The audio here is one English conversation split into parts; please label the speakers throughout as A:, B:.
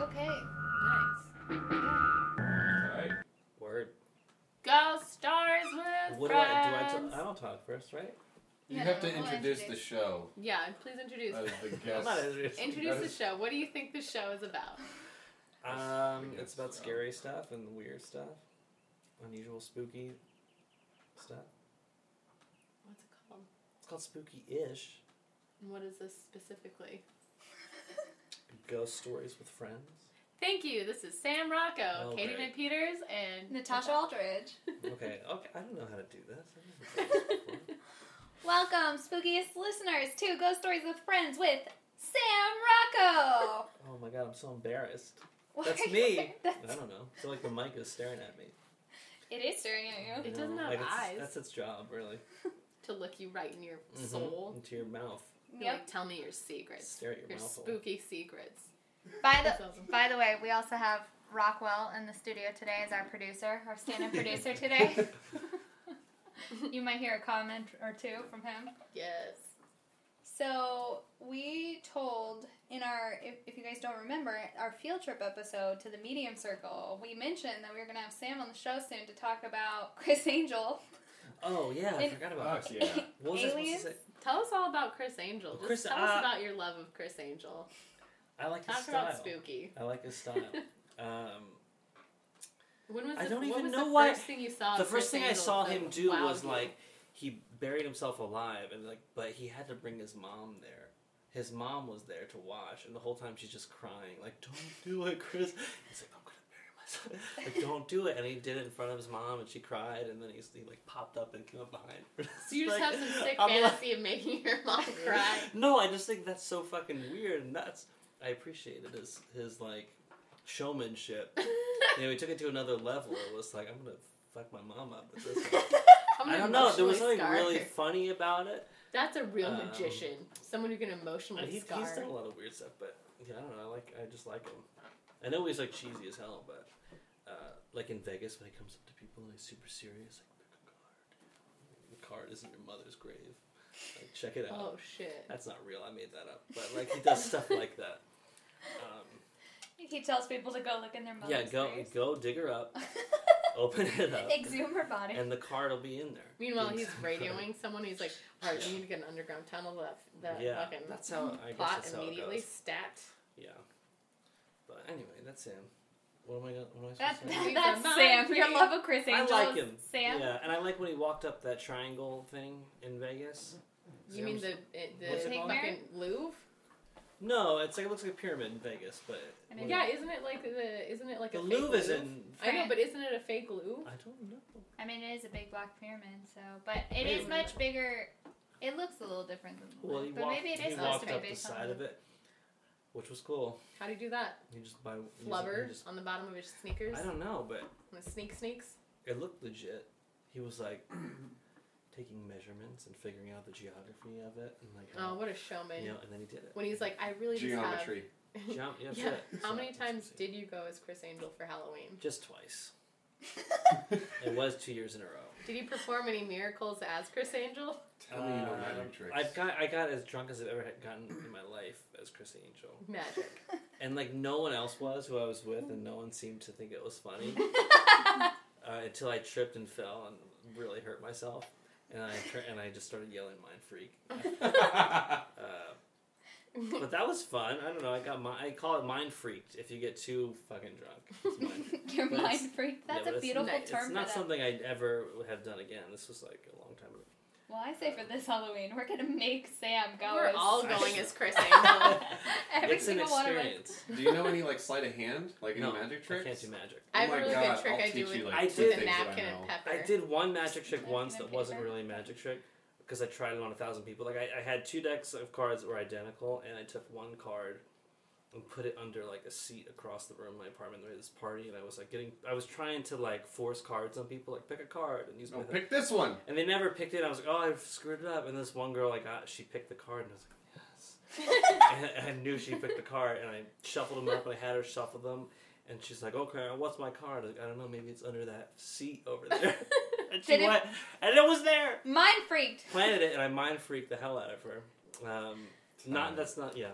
A: Okay. Nice. Yeah.
B: Alright.
C: Word.
A: Go stars with
C: What do I
A: friends.
C: do? I, t- I don't talk first, right?
D: You
A: Yeah,
D: have to
A: well,
D: introduce the
A: introduce.
D: show
A: Yeah, please introduce.
D: as the
C: I'm not
D: guest.
C: interested.
A: introduce the
D: Yes.
A: show. What do you think the show is about?
C: Um,
D: I
C: it's
D: guess,
C: about
D: yeah.
C: scary stuff and weird stuff, unusual, spooky stuff.
A: What's it called?
C: It's called spooky-ish.
A: And what is this specifically?
C: Ghost stories with friends.
A: Thank you. This is Sam Rocco,
C: Oh,
A: Katie
C: great.
A: McPeters, and
E: Natasha Aldridge.
C: Okay, okay. I don't know how to do this. I've never done this before.
E: Welcome, spookiest listeners, to Ghost Stories with Friends with Sam Rocco.
C: oh my god, I'm so embarrassed.
E: Why
C: That's
E: are you-
C: me. I
E: That's,
C: don't know. I feel like the mic is staring at me.
E: it is staring at you.
A: It
C: You
A: doesn't
C: know,
A: have
C: like it's-
A: eyes.
C: That's its job, really.
A: to look you right in your
C: Mhm.
A: soul.
C: into your mouth.
A: Be
E: Yep.
A: Like, tell me your secrets.
C: Stare at your
A: Your
C: mouth. hole.
A: spooky secrets.
E: By
A: That's awesome.
E: the by the way, we also have Rockwell in the studio today as our producer, our stand-in producer today. you might hear a comment or two from him.
A: Yes.
E: So we told in our, if, if you guys don't remember, our field trip episode to the Medium Circle, we mentioned that we were going to have Sam on the show soon to talk about Chris Angel.
C: Oh yeah, I
E: And-
C: forgot about.
D: Fuck yeah.
C: What was I supposed to
E: Aliens?
C: say?
A: Tell us all about Chris Angel. Just
C: Chris-
A: tell us
C: uh,
A: about your love of Chris Angel.
C: I like his
A: Talk
C: style.
A: about spooky.
C: I like his style. um,
A: When was
C: I
A: the,
C: don't
A: what
C: even
A: was
C: know
A: the
C: why-
A: first thing you saw?
C: the
A: of
C: first
A: Uh, Chris
C: thing I
A: Angel
C: saw
A: that
C: him do
A: wowed
C: was
A: you?
C: like he buried himself alive, and like, but he had to bring his mom there. His mom was there to watch, and the whole time she's just crying, like, "Don't do it, Chris." He's like, "I'm gonna bury myself." Like, don't do it, and he did it in front of his mom, and she cried, and then he, he like popped up and came up behind. Her.
A: So you just
C: Like,
A: have some sick
C: I'm like-
A: fantasy of making your mom cry.
C: No, I just think that's so fucking weird and nuts. I appreciated his his like showmanship. you know, he took it to another level. It was like I'm gonna fuck my mom up with this. one.
A: I'm
C: I
A: gonna
C: don't know. There
A: emotionally
C: was something
A: scar
C: really
A: her.
C: funny about it.
A: That's a real
C: Um,
A: magician. Someone who can
C: And
A: emotionally
C: he, he's
A: scar.
C: done a lot of weird stuff, but yeah, I don't know. I like I just like him. I know he's like cheesy as hell, but uh, like in Vegas when he comes up to people and he's super serious, like pick a card. The card is in your mother's grave. Like, check it out.
A: Oh shit.
C: That's not real. I made that up. But like he does stuff like that. Um,
E: He tells people to go look in their mother's
C: yeah, go
E: graves.
C: go dig her up, open it up,
E: Exhume her body.
C: and the card will be in there.
A: Meanwhile,
C: Being
A: he's
C: some kind of-
A: radioing someone. He's like, "All right, we need to get an underground tunnel." That that
C: yeah,
A: fucking
C: that's how I guess
A: plot
C: that's how it
A: immediately
C: goes.
A: stacked.
C: Yeah, but anyway, that's him. What am I? Gonna, what am I
E: That,
C: supposed to say?
E: that's Sam. Your love of Chris Angel.
C: I like
E: is
C: him.
E: Sam.
C: Yeah, and I like when he walked up that triangle thing in Vegas.
A: You mean the it-
C: What's
A: the
C: it
E: called?
A: fucking Louvre?
C: No, it's like it looks like a pyramid in Vegas, but
E: I mean,
A: Yeah, isn't it like the isn't it like
C: Oh, the
A: a fake
C: Louvre is in.
A: I know, but isn't it a fake Louvre?
C: I don't know.
E: I mean, it is a big black pyramid, so but it
C: Wait,
E: is much bigger. It looks a little different than the
C: Well,
E: one,
C: he
E: but
C: walked,
E: maybe it
C: he
E: is supposed
C: walked
E: to be
C: up the
E: based
C: side
E: on.
C: of it, which was cool.
A: How do you do that?
C: You just buy you just- you
A: Flubber
C: just-
A: on the bottom of his sneakers.
C: I don't know, but
A: The sneak sneaks.
C: it looked legit. He was like taking measurements and figuring out the geography of it, and like
A: Oh,
C: how,
A: what a showman!
C: you know, and then he did it.
A: When he's like, "I really just
D: Geometry.
A: have."
C: Jump, yeah,
A: Yeah.
C: sure.
A: How
C: So,
A: many
C: it's
A: times
C: easy.
A: did you go as Chris Angel for Halloween?
C: Just twice. It was two years in a row.
A: Did you perform any miracles as Chris Angel?
D: Tell me you know
C: Uh,
D: magic tricks.
C: I've got I got as drunk as I've ever had gotten in my life as Chris Angel,
A: Magic.
C: and like no one else was who I was with, and no one seemed to think it was funny uh, until I tripped and fell and really hurt myself, and I tur- and I just started yelling "Mind Freak." Uh, but that was fun. I don't know. I got my. I call it mind freaked. If you get too fucking drunk, it's mind.
E: Your
C: But
E: mind
C: it's-
E: freak. That's
C: Yeah, but
E: a
C: it's
E: beautiful
A: not- it's
E: term
C: it's
E: for
C: not
E: that.
C: something I ever would have done again. This was like a long time ago.
E: Well, I say for this Halloween, we're gonna make Sam go.
A: We're
E: as-
A: all going
C: Actually-
A: as Chris Angel.
E: Every
C: it's an
E: single one of us.
C: experience.
D: do you know any like sleight of hand? Like any
C: No,
D: magic
C: I
D: tricks?
C: can't do magic.
A: I have
D: Oh
A: a
D: my
A: really
D: God,
A: good trick
D: I'll
A: I do
D: teach
A: with
D: you, like,
C: I
A: with
C: did-
A: a
D: things that I
A: napkin and
D: know.
A: pepper.
C: I did one magic trick
E: Napkin
C: once
E: and
C: that wasn't
E: paper.
C: really a magic trick because I tried it on a thousand people. Like I, I had two decks of cards that were identical, and I took one card and put it under like a seat across the room in my apartment. There was this party, and I was like getting. I was trying to like force cards on people, like pick a card and use my.
D: Oh,
C: thing.
D: pick this one.
C: And they never picked it. I was like, oh, I screwed it up. And this one girl, like, got, she picked the card, and I was like, yes. and I knew she picked the card, and I shuffled them up, and I had her shuffle them. And she's like, okay, what's my card? I was like, I don't know, maybe it's under that seat over there. and she
E: Did it-
C: went, and it was there.
E: Mind freaked.
C: Planted it, and I mind freaked the hell out of her. Um, not
D: Time.
C: that's not yeah.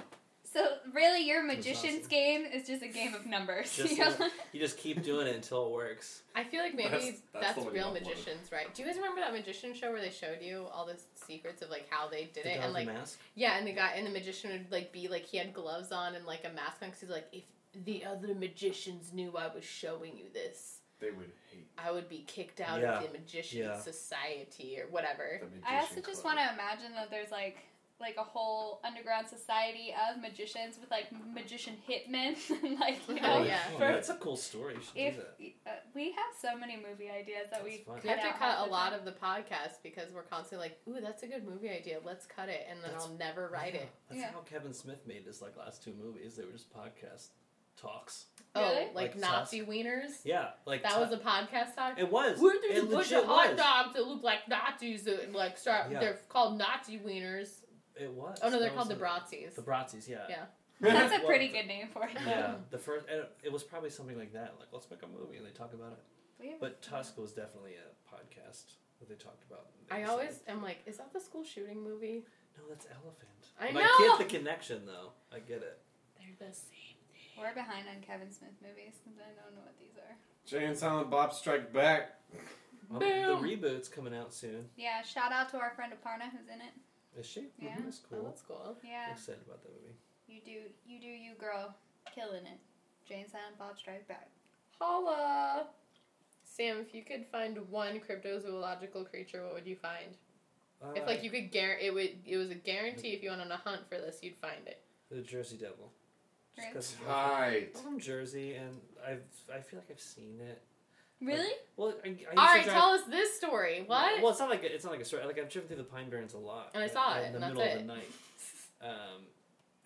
E: So really, your
C: That's
E: magician's
C: awesome.
E: game is just a game of numbers.
C: Just
E: you know?
C: like- You just keep doing it until it works.
A: I feel like maybe
D: That's-
A: that's,
D: that's the one you
A: real
D: uploaded.
A: magicians, right? Do you guys remember that magician show where they showed you all the secrets of like how they did
C: The
A: it and
C: guy with
A: like
C: the mask.
A: yeah, and the guy and the magician would like be like he had gloves on and like a mask on because he's like if the other magicians knew I was showing you this,
D: They would hate
A: I would be kicked out
C: Yeah.
A: of the magician
C: Yeah.
A: society or
D: the
A: whatever.
D: magician.
E: I also just
D: club.
E: want to imagine that there's like like a whole underground society of magicians with like magician hitmen, and, like you know.
A: Oh, yeah.
C: Oh,
E: for-
C: that's a cool story. You should
E: If
C: do that.
E: uh, we have so many movie ideas that we
C: That's fun.
E: could
A: I have to
E: out half
A: cut a
E: the
A: lot
E: time.
A: of the podcast because we're constantly like, "Ooh, that's a good movie idea. Let's cut it," and then
C: That's-
A: I'll never write
C: Yeah,
A: it.
C: That's
E: Yeah.
C: how Kevin Smith made his like last two movies. They were just podcast talks.
E: Really?
A: Oh,
C: Like
A: like,
C: Tusk.
A: Nazi wieners.
C: Yeah, like
A: That was
C: t-
A: a podcast talk.
C: it was.
A: We're there's
C: it
A: a bunch
C: legit
A: of hot
C: was.
A: dogs that look like Nazis that like start.
C: Yeah.
A: They're called Nazi wieners.
C: It was.
A: Oh no, they're
C: That
A: called the
C: was
A: Bratzies.
C: a- The Bratzies, yeah.
A: Yeah.
E: That's a
C: Well,
E: pretty good name for it. though.
C: Yeah, the first and it was probably something like that. Like let's make a movie and they talk about it.
E: We have-
C: But Tusk was definitely a podcast that they talked about.
A: I
C: They
A: always
C: said-
A: am like, is that the school shooting movie?
C: no, that's Elephant.
A: I
C: But
A: know!
C: I get the connection though. I get it.
A: They're the same.
E: We're behind on Kevin Smith movies because I don't know what these are.
D: Jay and Silent Bob Strike Back.
C: Um,
A: Boom.
C: The reboot's coming out soon.
E: Yeah, shout out to our friend Aparna who's in it.
C: Is she?
E: Yeah.
C: Mhm, That's
A: Oh,
C: cool.
A: that's cool.
E: Yeah,
C: I'm excited about that movie.
E: you do, you do, you girl, killing it. Jane Silent Bob Strike Back. Holla!
A: Sam, if you could find one cryptozoological creature, what would you find?
C: Uh,
A: if like you could guarantee, it would it was a guarantee. If you went on a hunt for this, you'd find it.
C: the Jersey Devil. Just 'cause-
D: Tight.
C: I'm from Jersey, and I've I feel like I've seen it.
E: Really?
C: Well, I, I used
A: All right,
C: to drive,
A: tell us this story. What?
C: Well, it's not like a, it's not like a story. Like I've driven through the Pine Barrens a lot,
A: And I
C: uh,
A: saw it,
C: in the
A: and that's
C: middle of
A: it.
C: the night. Um,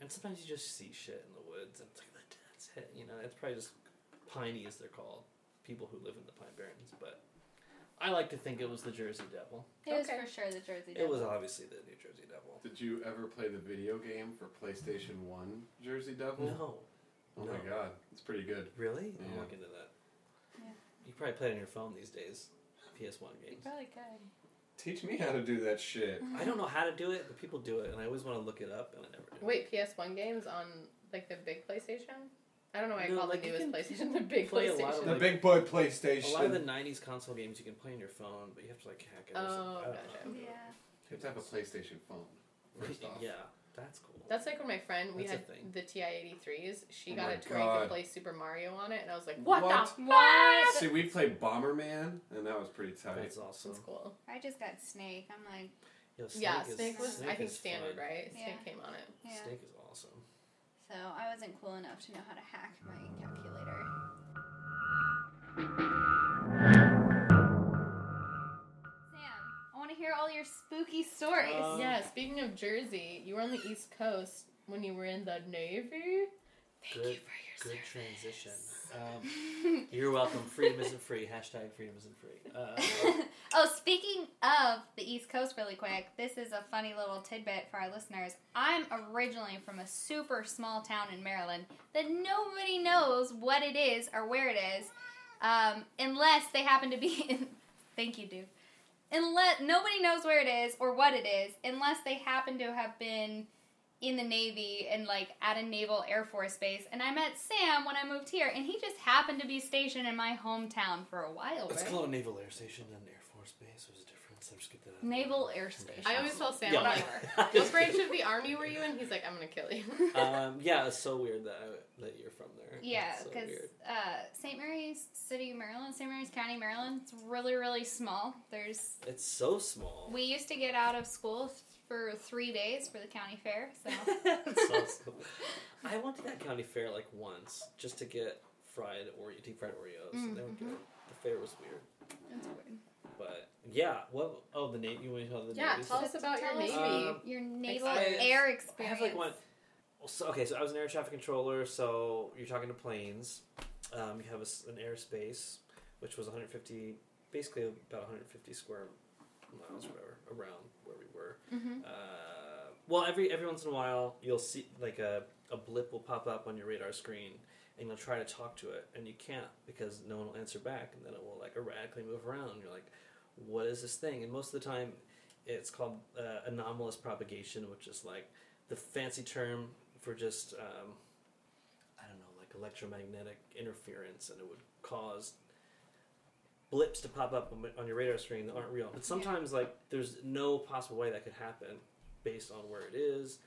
C: and sometimes you just see shit in the woods, and it's like that's it. You know, it's probably just piney as they're called, people who live in the Pine Barrens. But I like to think it was the Jersey Devil.
E: It was
A: Okay.
E: for sure the Jersey
C: It
E: Devil.
C: was obviously the New Jersey Devil.
D: Did you ever play the video game for PlayStation 1 Jersey Devil?
C: No,
D: Oh
C: No.
D: my god, it's pretty good.
C: really?
D: Yeah.
C: I'll look into that.
E: Yeah.
C: You probably play it on your phone these days. PS One
E: You
C: games.
E: probably could.
D: Teach me how to do that shit.
C: I don't know how to do it, but people do it, and I always want to look it up, and I never do.
A: Wait, PS One games on like the big PlayStation. I don't know why
C: No,
A: I call
C: like,
A: the
C: you
A: newest
C: can-
A: PlayStation the big
C: play a
A: PlayStation.
C: lot of,
D: The
C: like-
D: big boy
C: A lot of the
D: PlayStation.
C: '90s console games you can play on your phone, but you have to like hack it. Or
A: Oh,
C: something. I don't
A: gotcha.
C: know.
E: Yeah.
D: You have to have a PlayStation phone. First off.
C: yeah, that's cool.
A: That's like when my friend we
C: That's a
A: had
C: thing.
A: the TI eighty threes. She
D: Oh
A: got
D: my
A: a toy you
D: God.
A: could play Super Mario on it, and I was like, "What,
D: What?
A: the
E: What?
A: fuck?"
D: See, we played Bomberman, and that was pretty tight.
C: that's awesome.
A: That's cool.
E: I just got Snake. I'm like,
C: Yo,
A: yeah,
C: is-
A: Snake was I think
C: is
A: standard,
C: fun.
A: right?
E: Yeah.
A: Snake came on it.
E: yeah.
C: Snake is awesome.
E: So I wasn't cool enough to know how to hack my calculator. Sam, I want to hear all your spooky stories.
C: Um,
A: yeah. Speaking of Jersey, you were on the East Coast when you were in the Navy. Thank you
C: Good-
A: for your
C: Good
A: service.
C: transition. Um, you're welcome. Freedom isn't free. Hashtag freedom isn't free. Uh,
E: oh, speaking of the East Coast, really quick, this is a funny little tidbit for our listeners. I'm originally from a super small town in Maryland that nobody knows what it is or where it is, um, unless they happen to be in. Thank you, dude. Unless nobody knows where it is or what it is, unless they happen to have been in the Navy and like at a naval air force base. And I met Sam when I moved here, and he just happened to be stationed in my hometown for a while.
C: it's
E: right?
C: called a naval air station and air force base. There's a difference. Let's get that. Out.
E: Naval air station.
A: I always tell Sam
C: Yeah.
A: like, "What branch of the army were you in?" He's like, "I'm gonna kill you."
C: um, yeah, it's so weird that I, that you're from there.
E: Yeah,
C: It's so
E: because
C: weird.
E: uh, St. Mary's City, Maryland, St. Mary's County, Maryland, it's really, really small. There's
C: it's so small.
E: we used to get out of school for three days for the county fair, so
C: That's awesome. I went to that county fair like once just to get fried or deep fried Oreos. and
A: Mm,
C: They were good.
A: mm-hmm.
C: The fair was weird,
E: that's weird.
C: but yeah. Well, oh, the Navy. You want to tell the
A: yeah,
C: Navy?
A: tell
C: stuff?
A: us about your
E: Tell us
A: Navy.
C: Um,
E: Your naval
C: I-
E: air
C: I
E: experience.
C: have like one. well, So, okay, so I was an air traffic controller. So you're talking to planes. Um, you have a s an airspace, which was 150, basically about 150 square miles, or whatever, around where we were.
E: Mhm.
C: Uh, well, every every once in a while, you'll see like a a blip will pop up on your radar screen, and you'll try to talk to it, and you can't because no one will answer back, and then it will like erratically move around. And you're like, what is this thing? And most of the time, it's called uh, anomalous propagation, which is like the fancy term for just um, I don't know, like electromagnetic interference, and it would cause blips to pop up on- on your radar screen that aren't real. But sometimes, like, there's no possible way that could happen based on where it is.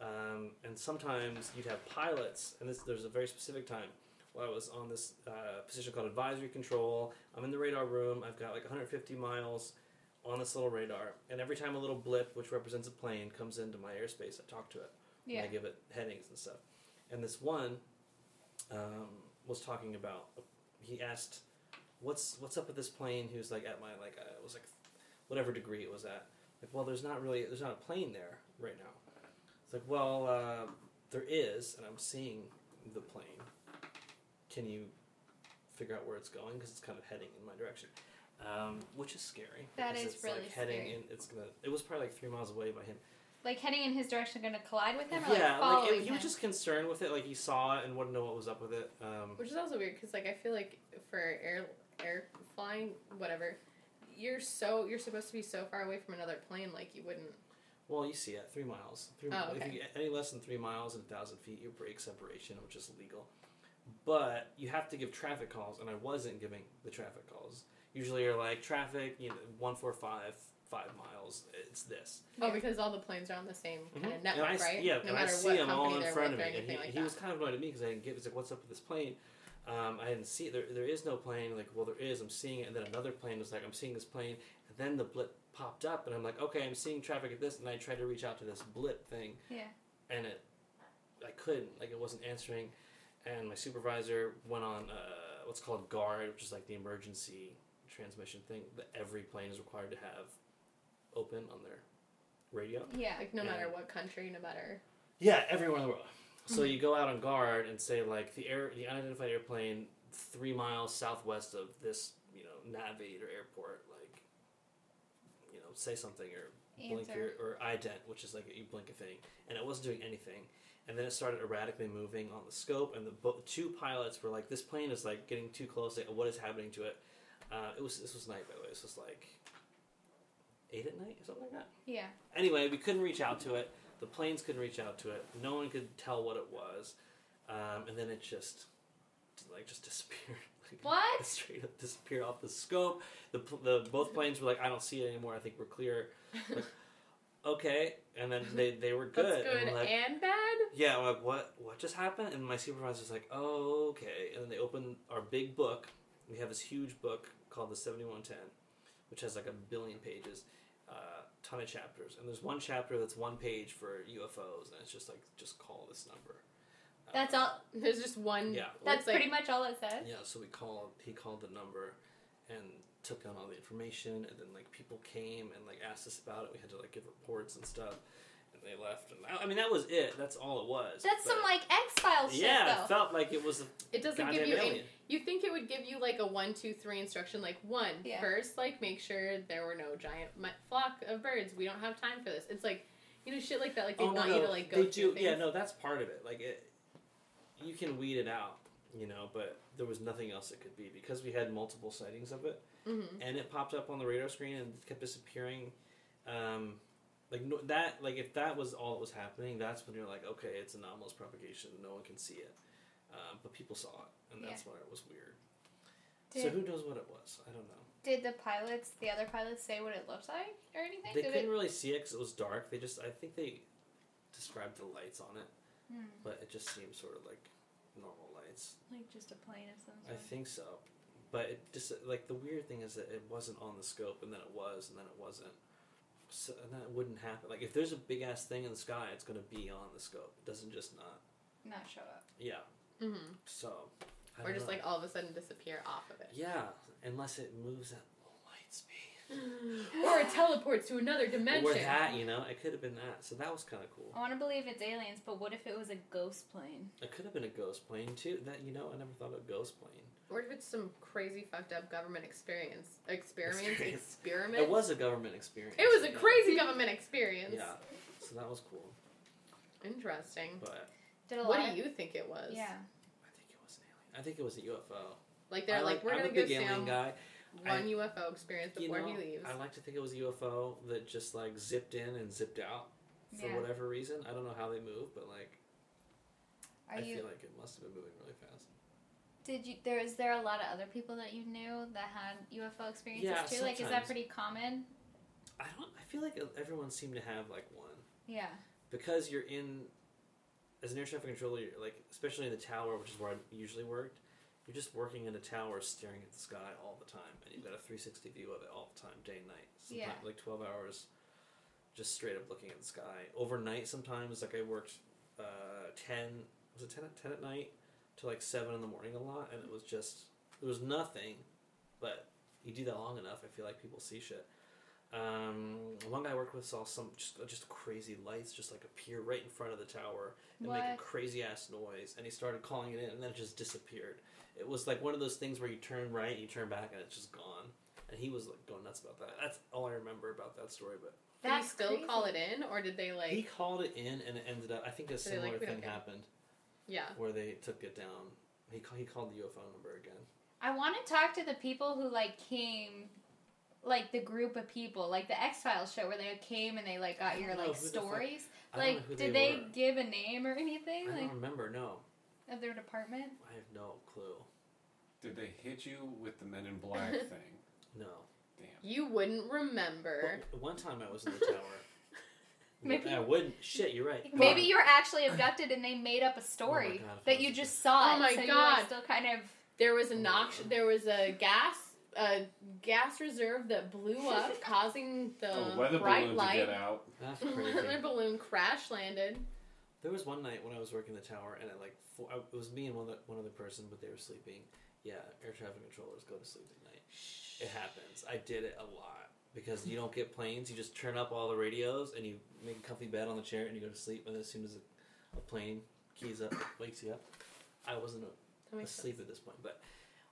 C: Um, and sometimes you'd have pilots, and this, there's a very specific time. Well, I was on this uh, position called advisory control. I'm in the radar room. I've got like 150 miles on this little radar, and every time a little blip, which represents a plane, comes into my airspace, I talk to it. and
E: Yeah.
C: I give it headings and stuff. And this one um, was talking about. He asked, "What's what's up with this plane?" He was like, "At my like uh, it was like whatever degree it was at." Like, well, there's not really there's not a plane there right now. It's like, well, uh, there is, and I'm seeing the plane. Can you figure out where it's going? Because it's kind of heading in my direction, um, which is scary.
E: That
C: because
E: is
C: it's
E: really
C: like heading
E: scary.
C: in. It's gonna. It was probably like three miles away by him.
E: Like heading in his direction, going to collide with him, or
C: yeah,
E: like following
C: it- he
E: him.
C: was just concerned with it. Like he saw it and wanted to know what was up with it. Um,
A: Which is also weird because, like, I feel like for air air flying, whatever, you're so you're supposed to be so far away from another plane, like you wouldn't.
C: well, you see it three miles. Three,
A: Oh,
C: If you get any less than three miles and a thousand feet, you break separation, which is illegal. But you have to give traffic calls, and I wasn't giving the traffic calls. Usually, you're like traffic, you know, one four five five miles. It's this.
A: Oh,
E: Yeah.
A: because all the planes are on the same kind
C: Mhm.
A: of network,
C: and I, s-
A: right?
C: Yeah,
A: no
C: and I
A: matter
C: see
A: what
C: him
A: company
C: all in
A: they're
C: front
A: with
C: of
A: or
C: me, and
A: anything
C: he,
A: like
C: he
A: that.
C: was kind of annoyed at me because I didn't get. He's like, "What's up with this plane?" Um, I didn't see there. There is no plane. Like, well, there is. I'm seeing it, and then another plane was like, "I'm seeing this plane," and then the blip popped up, and I'm like, "Okay, I'm seeing traffic at this," and I tried to reach out to this blip thing,
E: Yeah.
C: and it, I couldn't. Like, it wasn't answering, and my supervisor went on uh, what's called guard, which is like the emergency transmission thing that every plane is required to have open on their radio.
E: yeah.
A: like no
C: Yeah.
A: matter what country, no matter.
C: Yeah, everywhere in the world. So you go out on guard and say like the air, the unidentified airplane, three miles southwest of this, you know, Navigator airport. Like, you know, say something or blink
E: Answer.
C: your or ident, which is like you blink a thing, and it wasn't doing anything. And then it started erratically moving on the scope, and the bo- two pilots were like, "This plane is like getting too close. Like, what is happening to it?" Uh, it was this was night, by the way. This was like eight at night or something like that.
E: Yeah.
C: Anyway, we couldn't reach out to it. The planes couldn't reach out to it. No one could tell what it was, um, and then it just like just disappeared. Like,
E: What?
C: Straight up disappeared off the scope. The, pl- the both planes were like, I don't see it anymore. I think we're clear. Like, okay, and then they, they were good.
A: That's
C: And
A: good
C: we're like,
A: and bad.
C: yeah, I'm like what what just happened? And my supervisor's like, oh okay. And then they open our big book. We have this huge book called the Seventy One Ten, which has like a billion pages, uh, ton of chapters. And there's one chapter that's one page for UFOs, and it's just like just call this number. Uh,
E: That's all.
A: There's just one.
C: Yeah.
E: That's
A: It's like-
E: pretty much all it says.
C: Yeah, so we called. He called the number, and took down all the information. And then like people came and like asked us about it. We had to like give reports and stuff. And they left. And I, I mean that was it. That's all it was.
E: That's
C: But-
E: some like X Files shit,
C: yeah,
E: though.
C: it felt like it was a
A: It doesn't
C: goddamn
A: give you any.
C: alien.
A: You think it would give you like a one, two, three instruction? Like one, first,
E: Yeah.
A: like make sure there were no giant mi- flock of birds. We don't have time for this. It's like, you know, shit like that. Like they
C: Oh, no,
A: want
C: no,
A: you to like go.
C: they
A: through
C: do.
A: Things.
C: Yeah, no, that's part of it. Like it, you can weed it out, you know. But there was nothing else it could be because we had multiple sightings of it,
A: Mhm.
C: and it popped up on the radar screen and kept disappearing. Um, like no, that, like if that was all that was happening, that's when you're like, okay, it's anomalous propagation. No one can see it, um, but people saw it, and that's why it was weird. so
E: Did,
C: who knows what it was? I don't know.
E: did the pilots, the other pilots, say what it looked like or anything?
C: They
E: did
C: couldn't
E: it?
C: really see it because it was dark. They just, I think they described the lights on it,
E: Hmm.
C: but it just seemed sort of like normal lights.
E: Like just a plane of some
C: I
E: sort.
C: think so, but it just like the weird thing is that it wasn't on the scope, and then it was, and then it wasn't. So, and that wouldn't happen. Like if there's a big ass thing in the sky, it's gonna be on the scope. It doesn't just not.
E: Not show up.
C: Yeah.
A: Mhm.
C: So. I
A: Or
C: don't
A: just
C: know.
A: like all of a sudden disappear off of it,
C: Yeah, unless it moves at light speed.
A: or it teleports to another dimension.
C: Or that, you know, it could have been that. So that was kind of cool.
A: Oh.
E: I want to believe it's aliens, but what if it was a ghost plane?
C: It could have been a ghost plane too. That you know, I never thought of ghost plane.
A: Or if it's some crazy fucked up government experience, experiment,
C: Experience.
A: experiment.
C: It was a government experience.
A: It was a
C: yeah.
A: crazy government experience.
C: Yeah, so that was cool.
A: Interesting.
C: But
E: Did a
A: What
E: lot
A: do you think it was?
E: Of, yeah.
C: I think it was an alien. I think it was a UFO.
A: Like they're
C: I
A: like, we're
C: I'm
A: gonna
C: a
A: give
C: big alien
A: Sam
C: guy. I-
A: one UFO experience
C: You
A: before
C: know,
A: he leaves.
C: I like to think it was a UFO that just like zipped in and zipped out for
E: Yeah.
C: whatever reason. I don't know how they move, but like I
E: Are you?
C: feel like it must have been moving really fast.
E: Did you? There is there a lot of other people that you knew that had UFO experiences
C: Yeah,
E: too? Like, is that
C: sometimes.
E: pretty common?
C: I don't. I feel like e-, everyone seemed to have like one
E: Yeah.
C: because you're in as an air traffic controller, you're like especially in the tower, which is where I usually worked. You're just working in a tower, staring at the sky all the time, and you've got a 360 view of it all the time, day and night. Sometimes,
E: Yeah.
C: like 12 hours, just straight up looking at the sky. Overnight, sometimes like I worked uh, 10 was it 10 at 10 at night to like 7 in the morning a lot, and it was just there was nothing, but you do that long enough, I feel like people see shit. Um, one guy I worked with saw some just just crazy lights just like appear right in front of the tower and make a
E: What?
C: crazy ass noise. And he started calling it in, and then it just disappeared. It was like one of those things where you turn right, you turn back, and it's just gone. And he was like going nuts about that. That's all I remember about that story. But
A: Did you
E: That's
A: still
E: crazy.
A: call it in, or did they
C: he
A: like?
C: called it in, and it ended up. I think a
A: So they're
C: similar
A: like, "We don't
C: thing
A: care."
C: happened
A: Yeah.
C: where they took it down. He call, he called the UFO number again.
E: I want to talk to the people who like came, like the group of people, like the X Files show where they came and they like
C: I
E: got
C: don't
E: your
C: know
E: like
C: who the fuck-
E: stories.
C: I don't know
E: Like,
C: who
E: did
C: they
E: they
C: were.
E: give a name or anything
C: I
E: like
C: don't remember. No,
E: of their department?
C: I have no clue.
D: Did they hit you with the Men in Black
A: Uh,
D: thing?
C: No.
D: Damn.
A: You wouldn't remember.
C: But one time I was in the tower.
E: Maybe-
C: I wouldn't. Shit, you're right.
E: Maybe you were actually abducted and they made up a story
C: Oh God, if I
E: that
C: was
E: you
C: a
E: just saw.
A: Oh
E: it,
A: my
E: so you, like,
A: God.
E: still kind of.
A: There
C: oh
A: was a nox. There was a gas. A gas reserve that blew up, causing the
D: A Oh, weather
A: bright
D: balloon
A: light.
D: to get out.
C: That's crazy.
A: Another balloon crash landed.
C: There was one night when I was working the tower, and at like four, I, it was me and one other, one other person, but they were sleeping. Yeah, air traffic controllers go to sleep at night. It happens. I did it a lot because you don't get planes. You just turn up all the radios and you make a comfy bed on the chair and you go to sleep. And as soon as a, a plane keys up, wakes you up. I wasn't
A: That makes
C: asleep at this point, but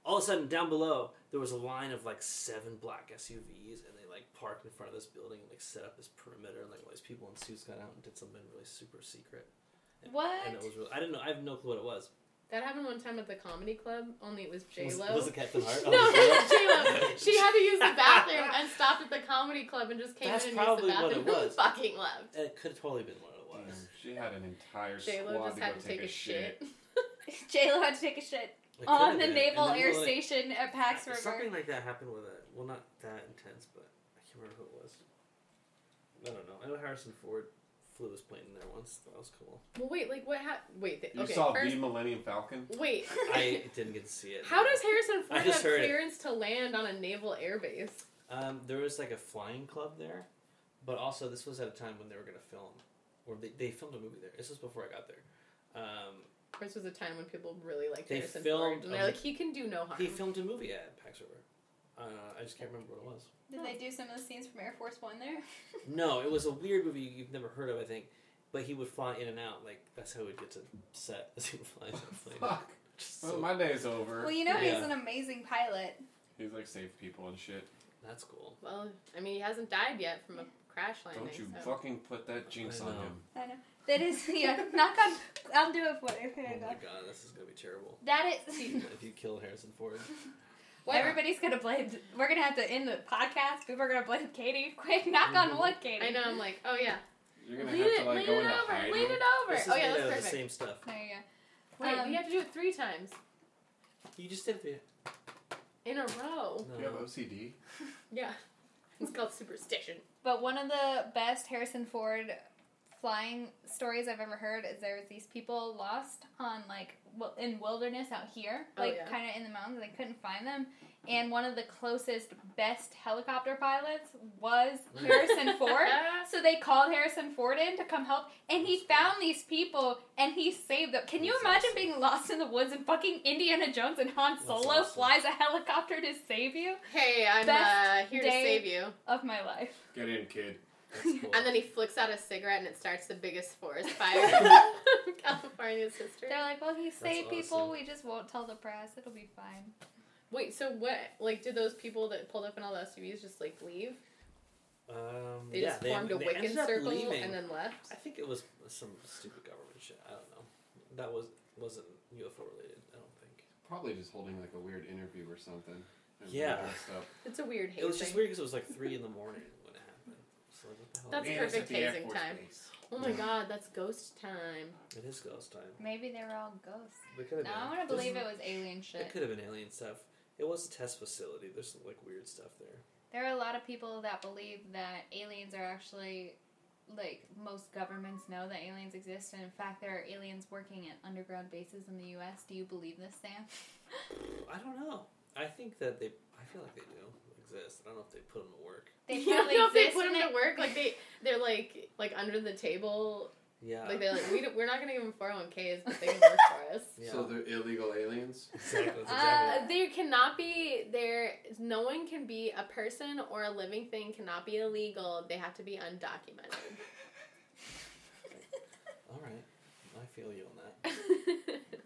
C: all of a sudden down below there was a line of like seven black SUVs, and they like parked in front of this building and like set up this perimeter, and like all these people in suits got out and did something really super secret. And, And it
E: What?
C: was really, I didn't know. I have no clue what it was.
A: That happened one time at the comedy club. Only it was J
C: Was,
A: Lo.
C: was it Captain Hart?
A: no,
C: Oh, was it
A: it was J Lo. She had to use the bathroom and stopped at the comedy club and just came
C: That's
A: in and used the
C: probably what
A: bathroom
C: it was.
A: and fucking left.
C: J-Lo? It could have totally been what it was.
D: Damn, She had an entire
A: J Lo
D: squad
A: just
D: to go
A: had to take a shit.
E: J Lo had to take a shit
C: It could
E: on
C: have
E: the
C: been.
E: Naval
C: And then
E: Air
C: we're like-
E: Station at Pax River.
C: Something like that happened with it. Well, not that intense, but I can't remember who it was. I don't know. I know Harrison Ford flew his plane in there once. That was cool.
A: Well, wait, like what happened? Wait, th-
D: You
A: okay.
D: saw
A: first,
D: the Millennium Falcon?
A: wait.
C: I didn't get to see it.
A: How does Harrison Ford
C: just
A: have
C: heard it.
A: clearance to land on a naval airbase?
C: Um, there was like a flying club there, but also this was at a time when they were going to film, or they, they filmed a movie there. This was before I got there. Um,
A: This was a time when people really liked
C: They
A: Harrison
C: filmed
A: Ford, and they're
C: a-
A: like, he can do no harm.
C: he filmed a movie at Pax River. Uh, I just can't remember what it was.
E: Did they do some of the scenes from Air Force One there?
C: No, it was a weird movie you've never heard of, I think. But he would fly in and out, like that's how he would get to set as he would fly.
D: Fuck.
C: Just
A: Oh
D: Well,
C: so-
D: my day's over.
E: Well, you know
C: Yeah.
E: he's an amazing pilot.
D: He's like save people and shit.
C: that's cool.
A: Well, I mean, he hasn't died yet from a crash landing.
D: Don't you
A: so-
D: fucking put that jinx
C: I
D: on
C: know.
D: him.
E: That is, yeah. knock on. I'll do it for you. Here
C: Oh
E: you
C: my
E: go.
C: god, this is gonna be terrible.
E: That is.
C: if you kill Harrison Ford,
E: Well, everybody's gonna blame. We're gonna have to end the podcast. People are gonna blame Katie. Quick, knock
C: Mm-hmm.
E: on wood, Katie.
A: I know. I'm like, oh yeah,
D: You're
A: lean
D: gonna
A: it,
D: have to like
A: lean
D: go
A: it
D: into
A: over,
D: hiding.
A: lean it over.
C: this is
A: Oh yeah,
C: made
A: that's
C: out of
A: perfect.
C: the same stuff.
E: There you
A: Wait,
E: Um,
A: you have to do it three times
C: You just did it.
A: in a row.
D: You have OCD.
A: Yeah, it's called superstition.
E: But one of the best Harrison Ford flying stories I've ever heard is there was these people lost on like wil- in wilderness out here,
A: Oh,
E: like
A: yeah.
E: kind of in the mountains. They couldn't find them, and one of the closest best helicopter pilots was
C: Mm.
E: Harrison Ford. So they called Harrison Ford in to come help, and he found these people and he saved them. Can you
C: That's
E: imagine
C: awesome.
E: being lost in the woods and fucking Indiana Jones and Han
C: That's
E: Solo
C: awesome.
E: flies a helicopter to save you?
A: hey, I'm uh,
E: Best
A: here to
E: day-
A: save you.
E: Of my life.
D: Get in, kid.
C: That's cool.
A: And then he flicks out a cigarette, and it starts the biggest forest fire in California's history.
E: They're like, well, he saved
C: awesome.
E: people. We just won't tell the press. It'll be fine.
A: Wait, so what? Like, did those people that pulled up in all the SUVs just like leave?
C: Um,
A: They
C: yeah,
A: just
C: they,
A: formed a
C: they
A: Wiccan
C: ended up
A: circle
C: leaving.
A: and then left.
C: I think it was some stupid government shit. I don't know. That was wasn't UFO related. I don't think.
D: Probably just holding like a weird interview or something. Everybody
C: Yeah.
D: dressed up.
A: It's a weird hazing.
C: It was just weird because it was like three in the morning when it happened. So like, what the hell?
A: That's
C: is
D: Man, it's
C: this?
A: perfect
D: at the Air
A: hazing
D: Force
A: time.
D: Base.
A: Oh my
D: Yeah.
A: god, that's ghost time.
C: It is ghost time.
E: Maybe they were all ghosts.
C: It could have
E: No, I want to believe it was alien
C: It
E: shit.
C: could have been alien stuff. It was a test facility. There's some, like weird stuff there.
E: There are a lot of people that believe that aliens are actually, like, most governments know that aliens exist, and in fact, there are aliens working at underground bases in the U.S. Do you believe this, Sam?
C: I don't know. I think that they. I feel like they do exist. I don't know if they put them to work.
E: They
A: you
E: probably
A: know if they
E: exist
A: put
E: and
A: them
E: they-
A: to work, like they they're like like under the table,
C: Yeah.
A: like they're like we don't, we're not gonna give them four hundred one ks, but they can work for us.
C: yeah.
D: So they're illegal aliens.
C: exactly. That's
A: Uh,
C: exactly.
A: there cannot be there. No one can be a person or a living thing cannot be illegal. They have to be undocumented.
C: All right. I feel you on that.
A: I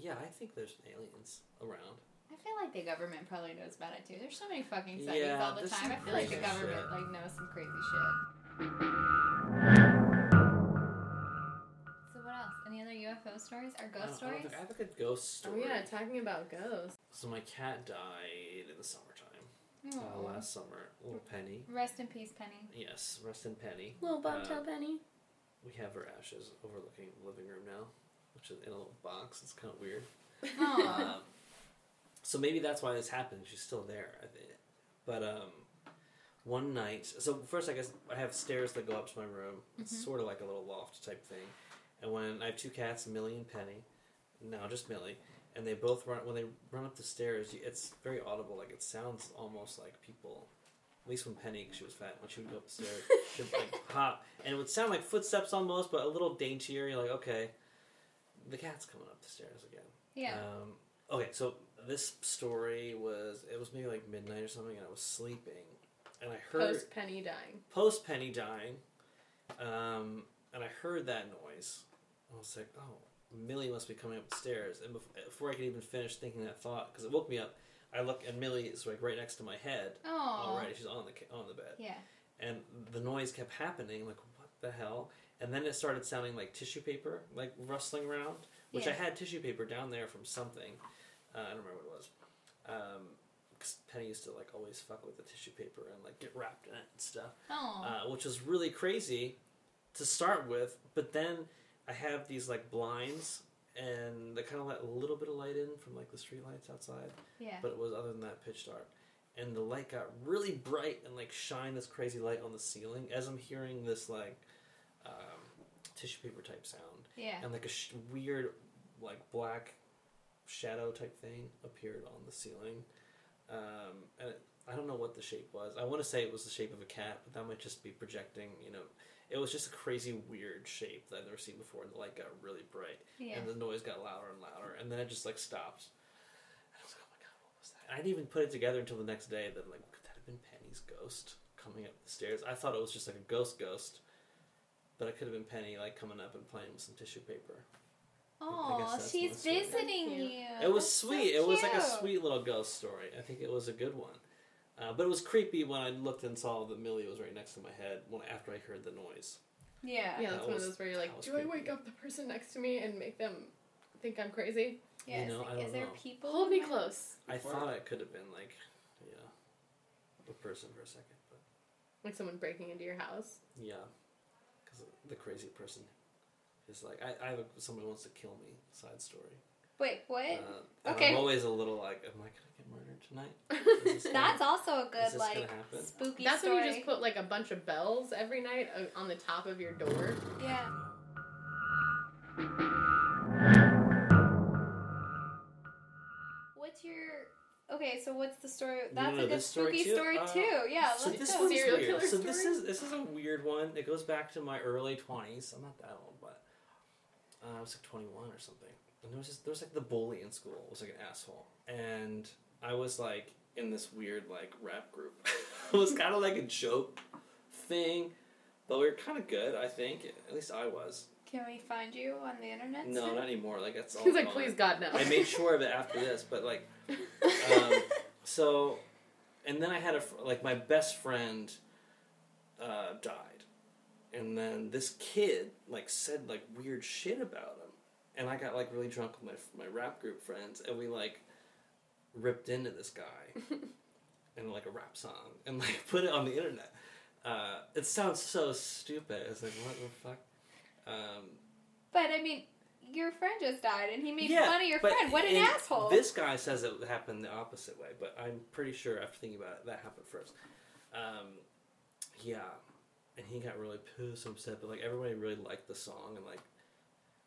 C: Yeah, I think there's aliens around.
E: I feel like the government probably knows about it too. There's so many fucking studies
C: Yeah,
E: all the
C: there's
E: time. I
C: some
E: feel like the
C: crazy
E: government
C: shit.
E: like knows some crazy shit. So what else? Any other UFO stories or
C: I
E: ghost
C: don't- I don't
E: stories?
C: think- I have a good ghost
A: oh
C: story.
A: yeah, talking about ghosts.
C: So my cat died in the summertime uh,
E: Aw.
C: last summer. Little Penny.
E: Hmm. Rest in peace, Penny.
C: Yes, rest in Penny.
A: Little
C: bobtail
A: penny.
C: We have her ashes overlooking the living room now, which is in a little box. It's kind of weird.
E: Aw.
C: um, so maybe that's why this happened. She's still there. I think. But um, one night, so first I guess I have stairs that go up to my room. It's sort of like a little loft type thing. And when I have two cats, Millie and Penny, now just Millie, and they both run when they run up the stairs. you- It's very audible. Like it sounds almost like people. At least when Penny, 'cause she was fat, when she would go up the stairs, she'd like hop, and it would sound like footsteps almost, but a little daintier. You're like, okay, the cat's coming up the stairs again.
E: yeah.
C: Um, okay, so this story was it was maybe like midnight or something, and I was sleeping, and I heard
A: Post penny dying.
C: post Penny dying, um, and I heard that noise. I was like, oh, Millie must be coming upstairs. And bef- before I could even finish thinking that thought, because it woke me up, I look and Millie is like right next to my head.
E: Aw.
C: Already, she's on the ca- on the bed
E: Yeah.
C: and the noise kept happening like what the hell and then it started sounding like tissue paper like rustling around which i
E: Yeah.
C: had tissue paper down there from something uh, i don't remember what it was Um 'cause penny used to like always fuck with the tissue paper and like get wrapped in it and stuff
E: Oh.
C: uh, which was really crazy to start with but then i have these like blinds and they kind of let a little bit of light in from like the street lights outside
E: yeah.
C: but it was other than that pitch dark. And the light got really bright and like shine this crazy light on the ceiling as I'm hearing this like um, tissue paper type sound
E: Yeah.
C: and like a sh- weird like black shadow type thing appeared on the ceiling. Um, and it, I don't know what the shape was. I want to say it was the shape of a cat, but that might just be projecting. You know, it was just a crazy weird shape that I've never seen before. And the light got really bright
E: Yeah.
C: and the noise got louder and louder, and then it just like stopped. And I was like, "Oh my god, what was that?" I didn't even put it together until the next day. That like, could that have been Penny's ghost coming up the stairs? I thought it was just like a ghost ghost, but it could have been Penny like coming up and playing with some tissue paper. guess
E: Oh,
C: that's
E: she's
C: my story.
E: visiting
A: Thank you.
E: you.
C: it was
E: Oh, That's so
C: sweet. it was like a
E: cute.
C: sweet little ghost story. I think it was a good one. Uh, but it was creepy when I looked and saw that Millie was right next to my head when after I heard the noise.
E: Yeah.
A: Yeah,
C: That
A: that's one of
C: was-
A: those where you're
C: that
A: like,
C: was
A: do I
C: creepy.
A: wake up the person next to me and make them think I'm crazy?
E: Yeah.
C: You know,
E: it's
C: I
E: like,
C: don't
E: is there
C: know.
E: people?
A: Hold
E: in
A: me
E: my-
A: close,
C: I
D: Wow.
C: thought it could have been like, yeah, a person for a second, but.
A: like someone breaking into your house.
C: Yeah, because the crazy person is like, I, I have a, somebody wants to kill me. Side story.
E: Wait, what?
C: Uh, and
E: okay.
C: I'm always a little like, am I gonna get murdered tonight? Is this
E: That's
C: gonna-
E: also a
C: is
E: good
C: this gonna
E: like
C: happen?
E: spooky
A: That's
E: story.
A: when you just put like a bunch of bells every night uh, on the top of your door.
E: yeah. What's your okay? So what's the story? That's
C: know
E: a good
C: this story
E: spooky
C: too?
E: story
C: Uh,
E: too. Yeah,
C: so
E: let's
C: this
E: go.
A: one-
C: one's
A: Serial
C: weird.
A: killer
C: So this
A: story?
C: is this is a weird one. It goes back to my early twenties. I'm not that old, but uh, I was like 21 or something. And there was just, there was like the bully in school was like an asshole, and I was like in this weird like rap group. it was kind of like a joke thing, but we were kind of good. I think at least I was.
E: Can we find you on the internet?
C: No,
E: soon?
C: not anymore. Like that's all.
A: He's like,
C: gone.
A: please, God, no.
C: Oh I made sure of it after this, but like, um, so, and then I had a fr- like my best friend uh, died, and then this kid like said like weird shit about him, and I got like really drunk with my f- my rap group friends, and we like ripped into this guy, and like a rap song, and like put it on the internet. Uh, it sounds so stupid. It's like what the fuck. Um,
E: But I mean, your friend just died, and he made
C: Yeah,
E: fun of your
C: but
E: friend. What
C: in-
E: an asshole!
C: This guy says it happened the opposite way, but I'm pretty sure after thinking about it, that happened first. Um, yeah, and he got really pissed and upset, but like everybody really liked the song, and like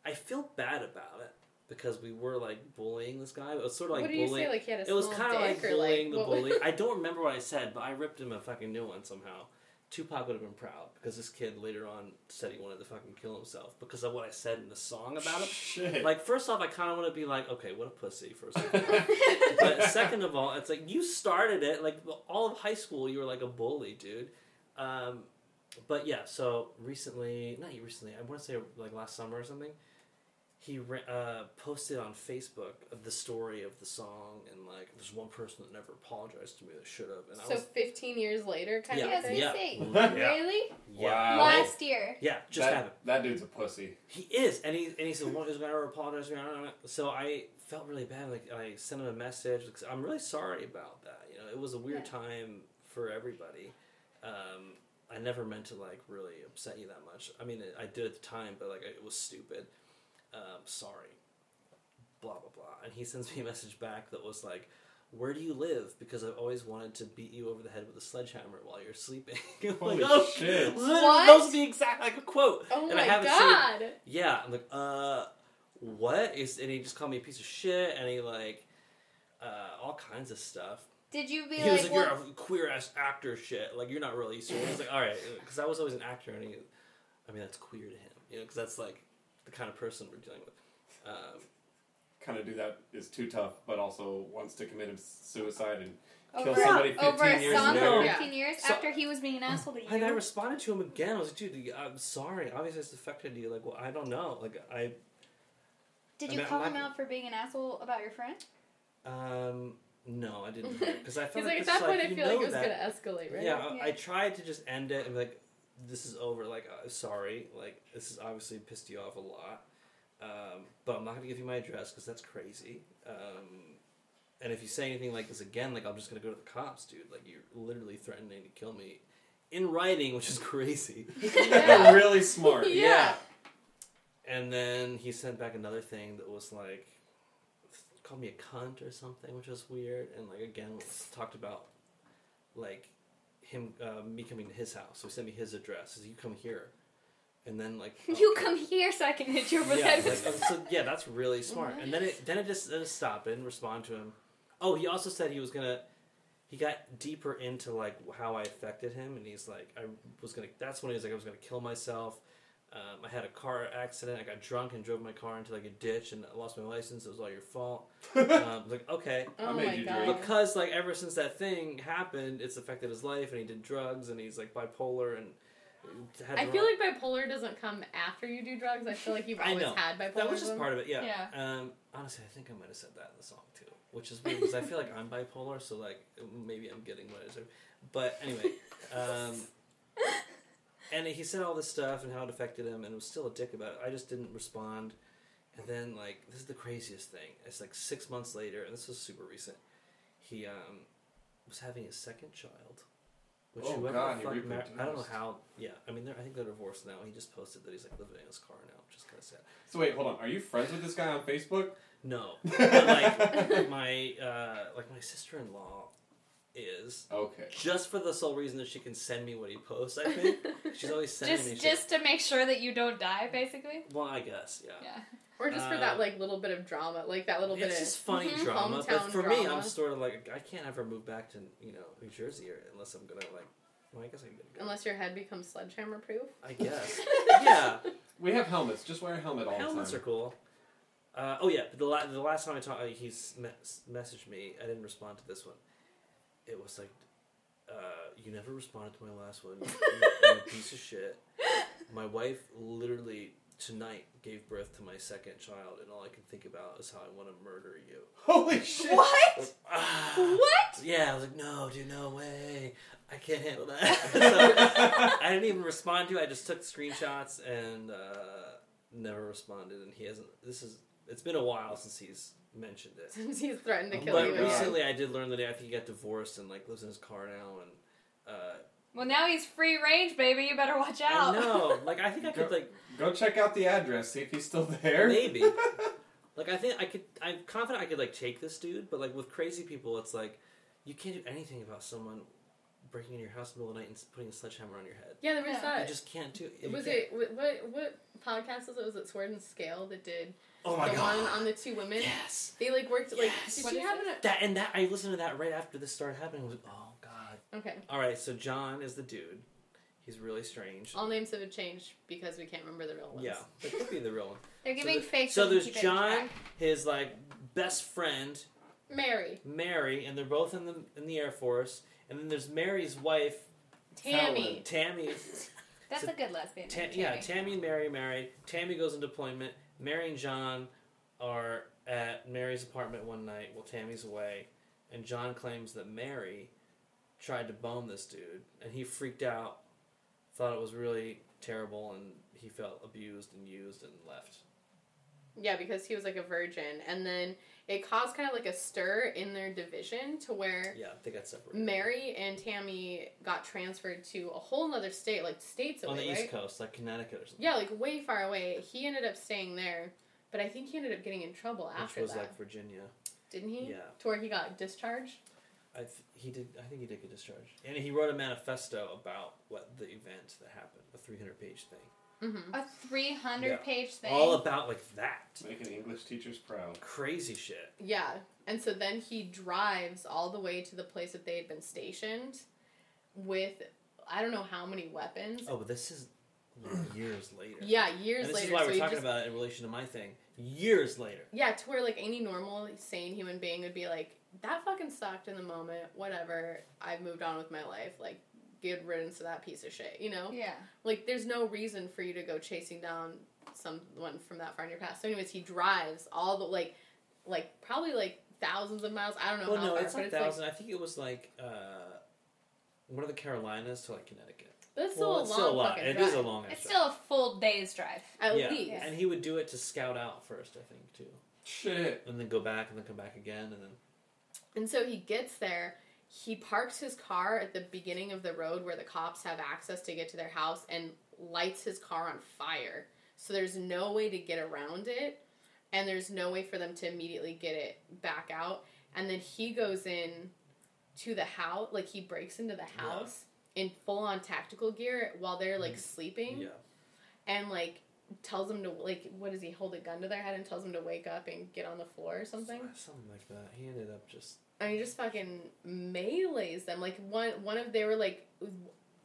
C: I feel bad about it because we were like bullying this guy. It was sort of like
A: what do you
C: bullying.
A: say? Like he had a
C: it was
A: kind
C: kind of
A: dick,
C: like
A: or like,
C: bullying the
A: what-
C: bully. I don't remember what I said, but I ripped him a fucking new one somehow. Tupac would have been proud because this kid later on said he wanted to fucking kill himself because of what I said in the song about him.
D: Shit.
C: Like, first off, I kind of want to be like, okay, what a pussy, first of all. but second of all, it's like you started it. Like, all of high school, you were like a bully, dude. Um, but yeah, so recently, not you recently, I want to say like last summer or something, he re- uh, posted on Facebook of the story of the song and like, there's one person that never apologized to me that should have. And I
A: so
C: was.
A: 15 years later, kind
E: Yeah, I
A: of
E: was gonna
A: thing.
C: yeah. Uh,
E: say,
D: Yeah.
E: really?
C: Yeah.
D: Wow.
E: Last year.
C: Yeah, just
D: that,
C: happened.
D: That dude's a pussy.
C: He is, and he and he said, "What is going to apologize?" to me?" I don't know. So I felt really bad. Like I sent him a message. Because I'm really sorry about that. You know, it was a weird
E: Yeah.
C: time for everybody. Um, I never meant to like really upset you that much. I mean, I did at the time, but like it was stupid. Um, sorry. Blah blah blah. And he sends me a message back that was like, "Where do you live?" Because I've always wanted to beat you over the head with a sledgehammer while you're sleeping. I'm
D: Holy
C: like, oh
D: shit.
C: literally,
E: What?
C: Those would be exact like a quote.
A: Oh
C: And
A: my
C: I haven't seen-
A: god!
C: Yeah, I'm like, uh, what is? And he just called me a piece of shit, and he like, uh, all kinds of stuff.
E: Did you be
C: he was
E: like,
C: like,
E: well,
C: you're a queer ass actor, shit. Like, you're not really. So I was like, all right, because I was always an actor, and he, I mean, that's queer to him, you know, because that's like the kind of person we're dealing with. Um,
D: Kind of do that is too tough, but also wants to commit him- suicide and kill
E: over,
D: somebody 15
E: over a
D: years
E: song
C: ago?
E: for
A: Yeah.
E: 15 years
C: So-
E: after he was being an asshole to you?
C: and I responded to him again. I was like, dude, I'm sorry. Obviously, it's affected you. Like, well, I don't know. Like, I
E: Did
C: I
E: you
C: mean,
E: call
C: I'm
E: him
C: not-
E: out for being an asshole about your friend?
C: um. No, I didn't because I
A: He's
C: felt
A: like,
C: like,
A: at
C: this is
A: that point,
C: like,
A: I
C: you
A: feel like
C: know
A: it was
C: that.
A: gonna escalate, right?
C: Yeah, I-
E: Yeah.
C: I tried to just end it and be like, this is over. Like, uh, sorry. Like, this has obviously pissed you off a lot. Um, but I'm not going to give you my address because that's crazy. Um, and if you say anything like this again, like, I'm just going to go to the cops, dude. Like, you're literally threatening to kill me in writing, which is crazy.
A: Yeah.
D: really smart.
A: Yeah.
C: And then he sent back another thing that was like, called me a cunt or something, which was weird. And like again, was- talked about like him, uh, me coming to his house. So he sent me his address. He said, "You come here," and then like
E: You come here so I can hit you over the
C: yeah,
E: head. with-
C: like, uh, so, yeah, that's really smart. And then it then it just then it stopped. I didn't respond to him. Oh, he also said he was gonna. He got deeper into like how I affected him, and he's like, I was gonna. That's when he was like, I was gonna kill myself. Um, I had a car accident. I got drunk and drove my car into like a ditch, and I lost my license. It was all your fault. Um, like, okay,
A: Oh
D: I made
A: my
D: you
A: god.
D: drink.
C: because like ever since that thing happened, it's affected his life, and he did drugs, and he's like bipolar, and had
A: I
C: the
A: feel
C: wrong-
A: like bipolar doesn't come after you do drugs. I feel like you've
C: I
A: always
C: know.
A: had bipolar.
C: that was just part of it. Yeah.
E: Yeah.
C: Um, honestly, I think I might have said that in the song too, which is weird because I feel like I'm bipolar, so like maybe I'm getting what I deserve. But anyway, um, and he said all this stuff and how it affected him, and was still a dick about it. I just didn't respond. And then like this is the craziest thing. It's like six months later, and this was super recent. He um, was having his second child. Which
D: Oh,
C: whoever
D: God,
C: the
D: he
C: fuck mar- I don't know
D: reproduced.
C: how. Yeah, I mean, they're, I think they're divorced now. He just posted that he's like living in his car now, which is kind of sad.
D: So wait, hold on. Are you friends with this guy on Facebook?
C: No, but like my uh, like my sister in law is
D: Okay.
C: just for the sole reason that she can send me what he posts. I think she's always sending me
E: Just,
C: shit.
E: just to make sure that you don't die, basically.
C: Well, I guess yeah.
E: Yeah.
A: or just for
C: Uh,
A: that like little bit of drama, like that little bit
C: It's
A: of mm-hmm,
C: just funny
E: Mhm.
C: drama, but
A: hometown
C: for me, I'm
A: drama.
C: sort of like I can't ever move back to you know New Jersey or, unless I'm gonna like. Well, I guess I could.
A: unless your head becomes sledgehammer proof.
C: I guess. yeah,
D: We have helmets. Just wear a helmet all
C: helmets
D: the
C: are
D: time.
C: cool. Uh, oh yeah, the, la- the last time I talked, uh, he's me- messaged me. I didn't respond to this one. It was like, uh, you never responded to my last one. You, you piece of shit. My wife literally tonight gave birth to my second child, and all I can think about is how I want to murder you.
D: Holy shit!
E: What?
C: Ah.
E: What?
C: Yeah, I was like, no, dude, no way. I can't handle that. So, I didn't even respond to it. I just took screenshots and uh, never responded. And he hasn't, this is, it's been a while since he's mentioned it.
A: Since he's threatened to
D: Oh
A: kill
D: my
C: But
A: you.
D: God.
A: again.
C: recently I did learn that I think he got divorced and like lives in his car now and uh,
E: Well, now he's free range, baby. You better watch
C: I
E: out.
C: know. Like I think I could
D: Go-
C: like
D: Go check out the address, see if he's still there.
C: maybe. Like I think I could. I'm confident I could like take this dude, but like with crazy people, it's like you can't do anything about someone breaking in your house in the middle of the night and s- putting a sledgehammer on your head.
A: Yeah, there was
E: Yeah.
C: You
A: that.
C: just can't do. you
A: was
C: can't-
A: it what, what what podcast was it? Was it Sword and Scale that did
C: Oh my
A: the
C: god!
A: one on the two women?
C: yes.
A: They like worked like
C: Yes.
A: did
E: What
A: she
E: is
A: have
E: it?
A: an
C: That and that I listened to that right after this started happening. I was oh god.
A: okay?
C: All right, so John is the dude. He's really strange.
A: All names have changed because we can't remember the real ones.
C: Yeah, that could be the real one.
E: They're
C: So
E: giving
C: the-
E: fake.
C: so
E: to
C: there's
E: keep it
C: John,
E: track.
C: his like best friend
A: Mary,
C: Mary, and they're both in the in the Air Force. And then there's Mary's wife
A: Tammy.
C: Tammy.
E: That's
C: so-
E: a good lesbian.
C: Tam-
E: name,
C: yeah,
E: Jamie.
C: Tammy and Mary married. Tammy goes in deployment. Mary and John are at Mary's apartment one night while Tammy's away, and John claims that Mary tried to bone this dude, and he freaked out, thought it was really terrible, and he felt abused and used and left.
A: Yeah, because he was like a virgin, and then it caused kind of like a stir in their division to where
C: Yeah, they got separated.
A: Mary and Tammy got transferred to a whole nother state, like states away,
C: on the
A: right?
C: East Coast, like Connecticut or something.
A: Yeah, like way far away. He ended up staying there, but I think he ended up getting in trouble after
C: which was
A: that,
C: like Virginia.
A: didn't he?
C: Yeah.
A: To where he got discharged.
C: I th- he did. I think he did get discharged, and he wrote a manifesto about what the event that happened, a three hundred page thing.
A: Mm-hmm.
E: A 300
C: Yeah.
E: page thing.
C: all about like that
D: Making English teachers proud.
C: crazy shit.
A: Yeah, and so then he drives all the way to the place that they had been stationed, with I don't know how many weapons.
C: Oh, but this is years later.
A: Yeah, years
C: and this
A: later.
C: is why
A: so
C: we're
A: he
C: talking
A: just-
C: about it in relation to my thing. Years later,
A: Yeah, to where like any normal sane human being would be like, that fucking sucked in the moment. Whatever. I've moved on with my life. Like, get riddance to that piece of shit. You know,
E: Yeah.
A: like there's no reason for you to go chasing down someone from that far in your past. So, anyways, he drives all the like, like probably like thousands of miles. I don't know
C: well,
A: how
C: no,
A: far,
C: it's
A: but
C: not
A: it's like
C: thousand. I think it was like uh, one of the Carolinas to like Connecticut.
A: that's still a
C: well,
A: long
C: it's still a lot.
A: fucking
C: It
A: drive.
C: is a long.
E: It's
C: ass
E: still a full day's drive.
C: drive.
A: At
C: yeah.
A: least.
C: and he would do it to scout out first, I think, too,
D: Shit.
C: and then go back and then come back again, and then
A: And so he gets there. He parks his car at the beginning of the road where the cops have access to get to their house and lights his car on fire. So there's no way to get around it, and there's no way for them to immediately get it back out. And then he goes in to the house, like he breaks into the house in full on tactical gear while they're like
C: Mhm.
A: sleeping
C: yeah,
A: and like tells them to like what does he hold a gun to their head and tells them to wake up and get on the floor or something
C: something like that. He ended up just
A: and he just fucking melees them. Like one one of they were like,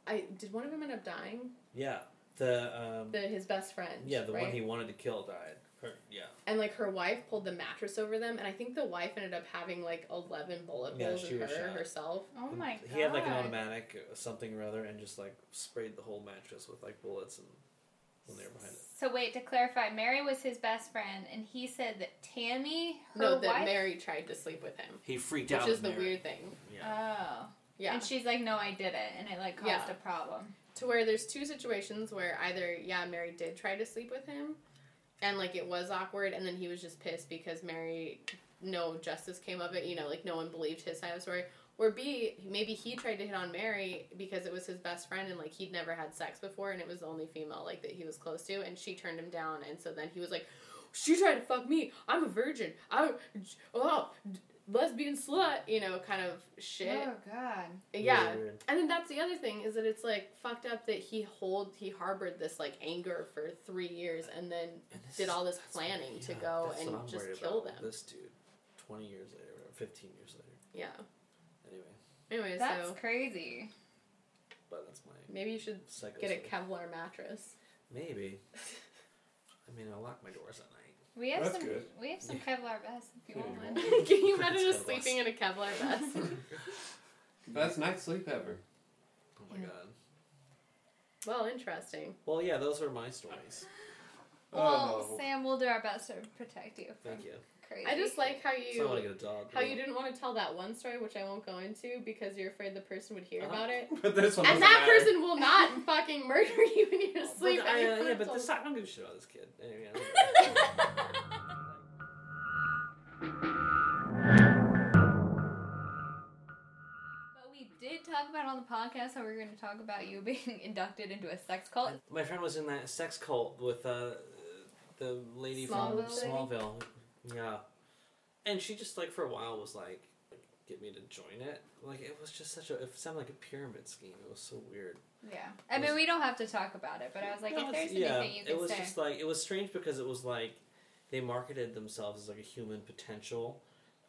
A: I did one of them end up dying.
C: yeah the um,
A: The his best friend.
C: yeah the
A: right?
C: one he wanted to kill died. Her- yeah,
A: and like her wife pulled the mattress over them, and I think the wife ended up having like eleven bullet
C: Yeah,
A: holes
C: she
A: in her
C: was shot.
A: herself.
E: Oh my god.
C: Um, He had like an automatic uh, something or other and just like sprayed the whole mattress with like bullets and when they were behind it.
E: So wait, to clarify, Mary was his best friend, and he said that Tammy, her
A: no, that
E: wife.
A: Mary tried to sleep with him,
C: He freaked
A: which is the weird uh, thing.
C: Yeah.
E: Oh.
A: Yeah,
E: And she's like, no, I did it, and it like caused
A: Yeah.
E: a problem.
A: to where there's two situations where either yeah Mary did try to sleep with him, and like it was awkward, and then he was just pissed because Mary no justice came of it. You know, like no one believed his side of the story. Or B, maybe he tried to hit on Mary because it was his best friend and like he'd never had sex before and it was the only female like that he was close to and she turned him down and so then he was like, she tried to fuck me. I'm a virgin. I oh lesbian slut. You know, kind of shit.
E: Oh god.
C: Really
A: yeah.
C: weird.
A: And then that's the other thing is that it's like fucked up that he hold he harbored this like anger for three years and then
C: And this
A: did
C: is-
A: all this
C: that's what-
A: planning to
C: yeah,
A: go
C: that's what
A: and
C: I'm
A: just
C: worried
A: kill them.
C: about with This dude, twenty years later, or fifteen years later.
A: Yeah.
C: Anyway,
A: Anyway,
E: That's
A: so
E: crazy.
C: but that's my
A: maybe you should
C: psycho.
A: get a
C: side.
A: Kevlar mattress.
C: Maybe. I mean, I lock my doors at night.
E: We have
D: That's
E: some.
D: good.
E: We have some Kevlar vests if you
D: Yeah,
E: want
D: you
E: one.
D: want
A: Can you
C: That's
A: imagine just
C: kinda
A: sleeping in a Kevlar vest?
D: Best night's sleep ever.
C: Oh my
A: Yeah.
C: god.
A: well, interesting.
C: Well, yeah, those are my stories.
E: Well,
D: Oh.
E: Sam, we'll do our best to protect you from
C: Thank you.
E: crazy.
A: I just like how
C: So I want to
A: you
C: get a dog.
A: how you didn't want to tell that one story, which I won't go into because you're afraid the person would hear
C: Uh-huh.
A: about it,
D: But this one
A: and
D: doesn't
A: that
D: matter.
A: person will not fucking murder you in your
C: But
A: sleep.
C: I,
A: and you
C: yeah,
A: could've
C: but
A: told-
C: this, I don't give a shit about this kid. Anyway, I don't-
E: But we did talk about on the the podcast how we were going to talk about you being inducted into a sex cult?
C: My friend was in that sex cult with uh, the lady
A: Smallville
C: from
A: lady?
C: Smallville. Yeah. And she just, like, for a while was like, get me to join it. Like, it was just such a, it sounded like a pyramid scheme. It was so weird.
E: Yeah. I mean, we don't have to talk about it, but I was like,
C: No,
E: if
C: it's-
E: there's anything you
C: it
E: can
C: was
E: say.
C: just like it was strange because it was like they marketed themselves as like a human potential.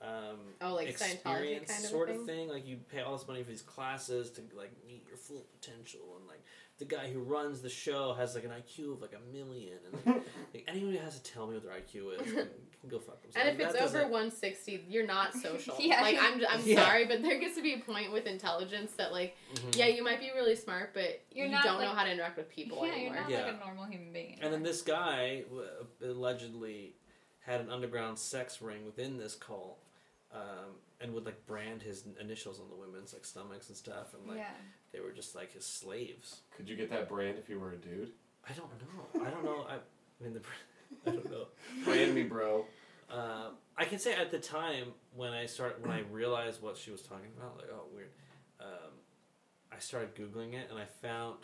C: Um,
A: Oh, like Scientology
C: experience
A: kind of a
C: sort
A: thing?
C: of thing. Like you pay all this money for these classes to like meet your full potential, and like the guy who runs the show has like an IQ of like a million, and like, like, anyone who has to tell me what their IQ is can, can go fuck
A: And
C: themselves.
A: if
C: That
A: it's over
C: doesn't-
A: 160, you're not social.
E: Yeah.
A: Like I'm, I'm
C: Yeah.
A: sorry, but there gets to be a point with intelligence that like,
C: Mhm.
A: yeah, you might be really smart, but
E: You're
A: you
E: not,
A: don't
E: like-
A: know how to interact with people
E: yeah,
A: anymore.
E: you're not
C: Yeah.
E: like a normal human being.
C: And then this guy w- allegedly had an underground sex ring within this cult, um, and would like brand his initials on the women's like stomachs and stuff, and like
E: yeah.
C: they were just like his slaves.
D: Could you get that brand if you were a dude?
C: I don't know. I don't know. I, I mean, the, br- I don't know.
D: Brand me, bro.
C: Uh, I can say at the time when I started when I realized what she was talking about, like oh weird, um, I started googling it and I found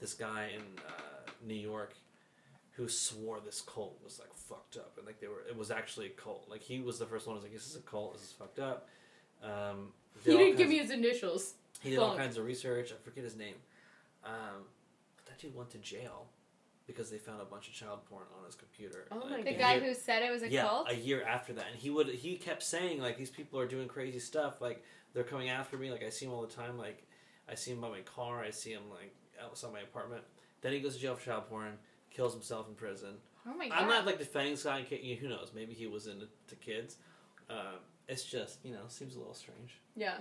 C: this guy in uh, New York who swore this cult was like fucked up and like they were it was actually a cult. Like he was the first one who was like this is a cult, this is fucked up. Um,
A: He
C: did all
A: didn't give
C: kinds-
A: me his initials.
C: he did all
A: Funk.
C: kinds of research. I forget his name. Um, but that dude went to jail because they found a bunch of child porn on his computer.
A: Oh my
C: Like,
E: The
C: a
A: Yeah.
E: guy
C: year-
E: who said it was a
C: yeah,
E: cult?
C: a year after that, and he would he kept saying like these people are doing crazy stuff. Like they're coming after me. Like I see him all the time. Like I see him by my car. I see him like outside my apartment. Then he goes to jail for child porn. Kills himself in prison.
E: oh my god.
C: I'm not like defending this guy. in ca- you know, Who knows? Maybe he was into to kids. Um, it's just you know seems a little strange.
A: Yeah.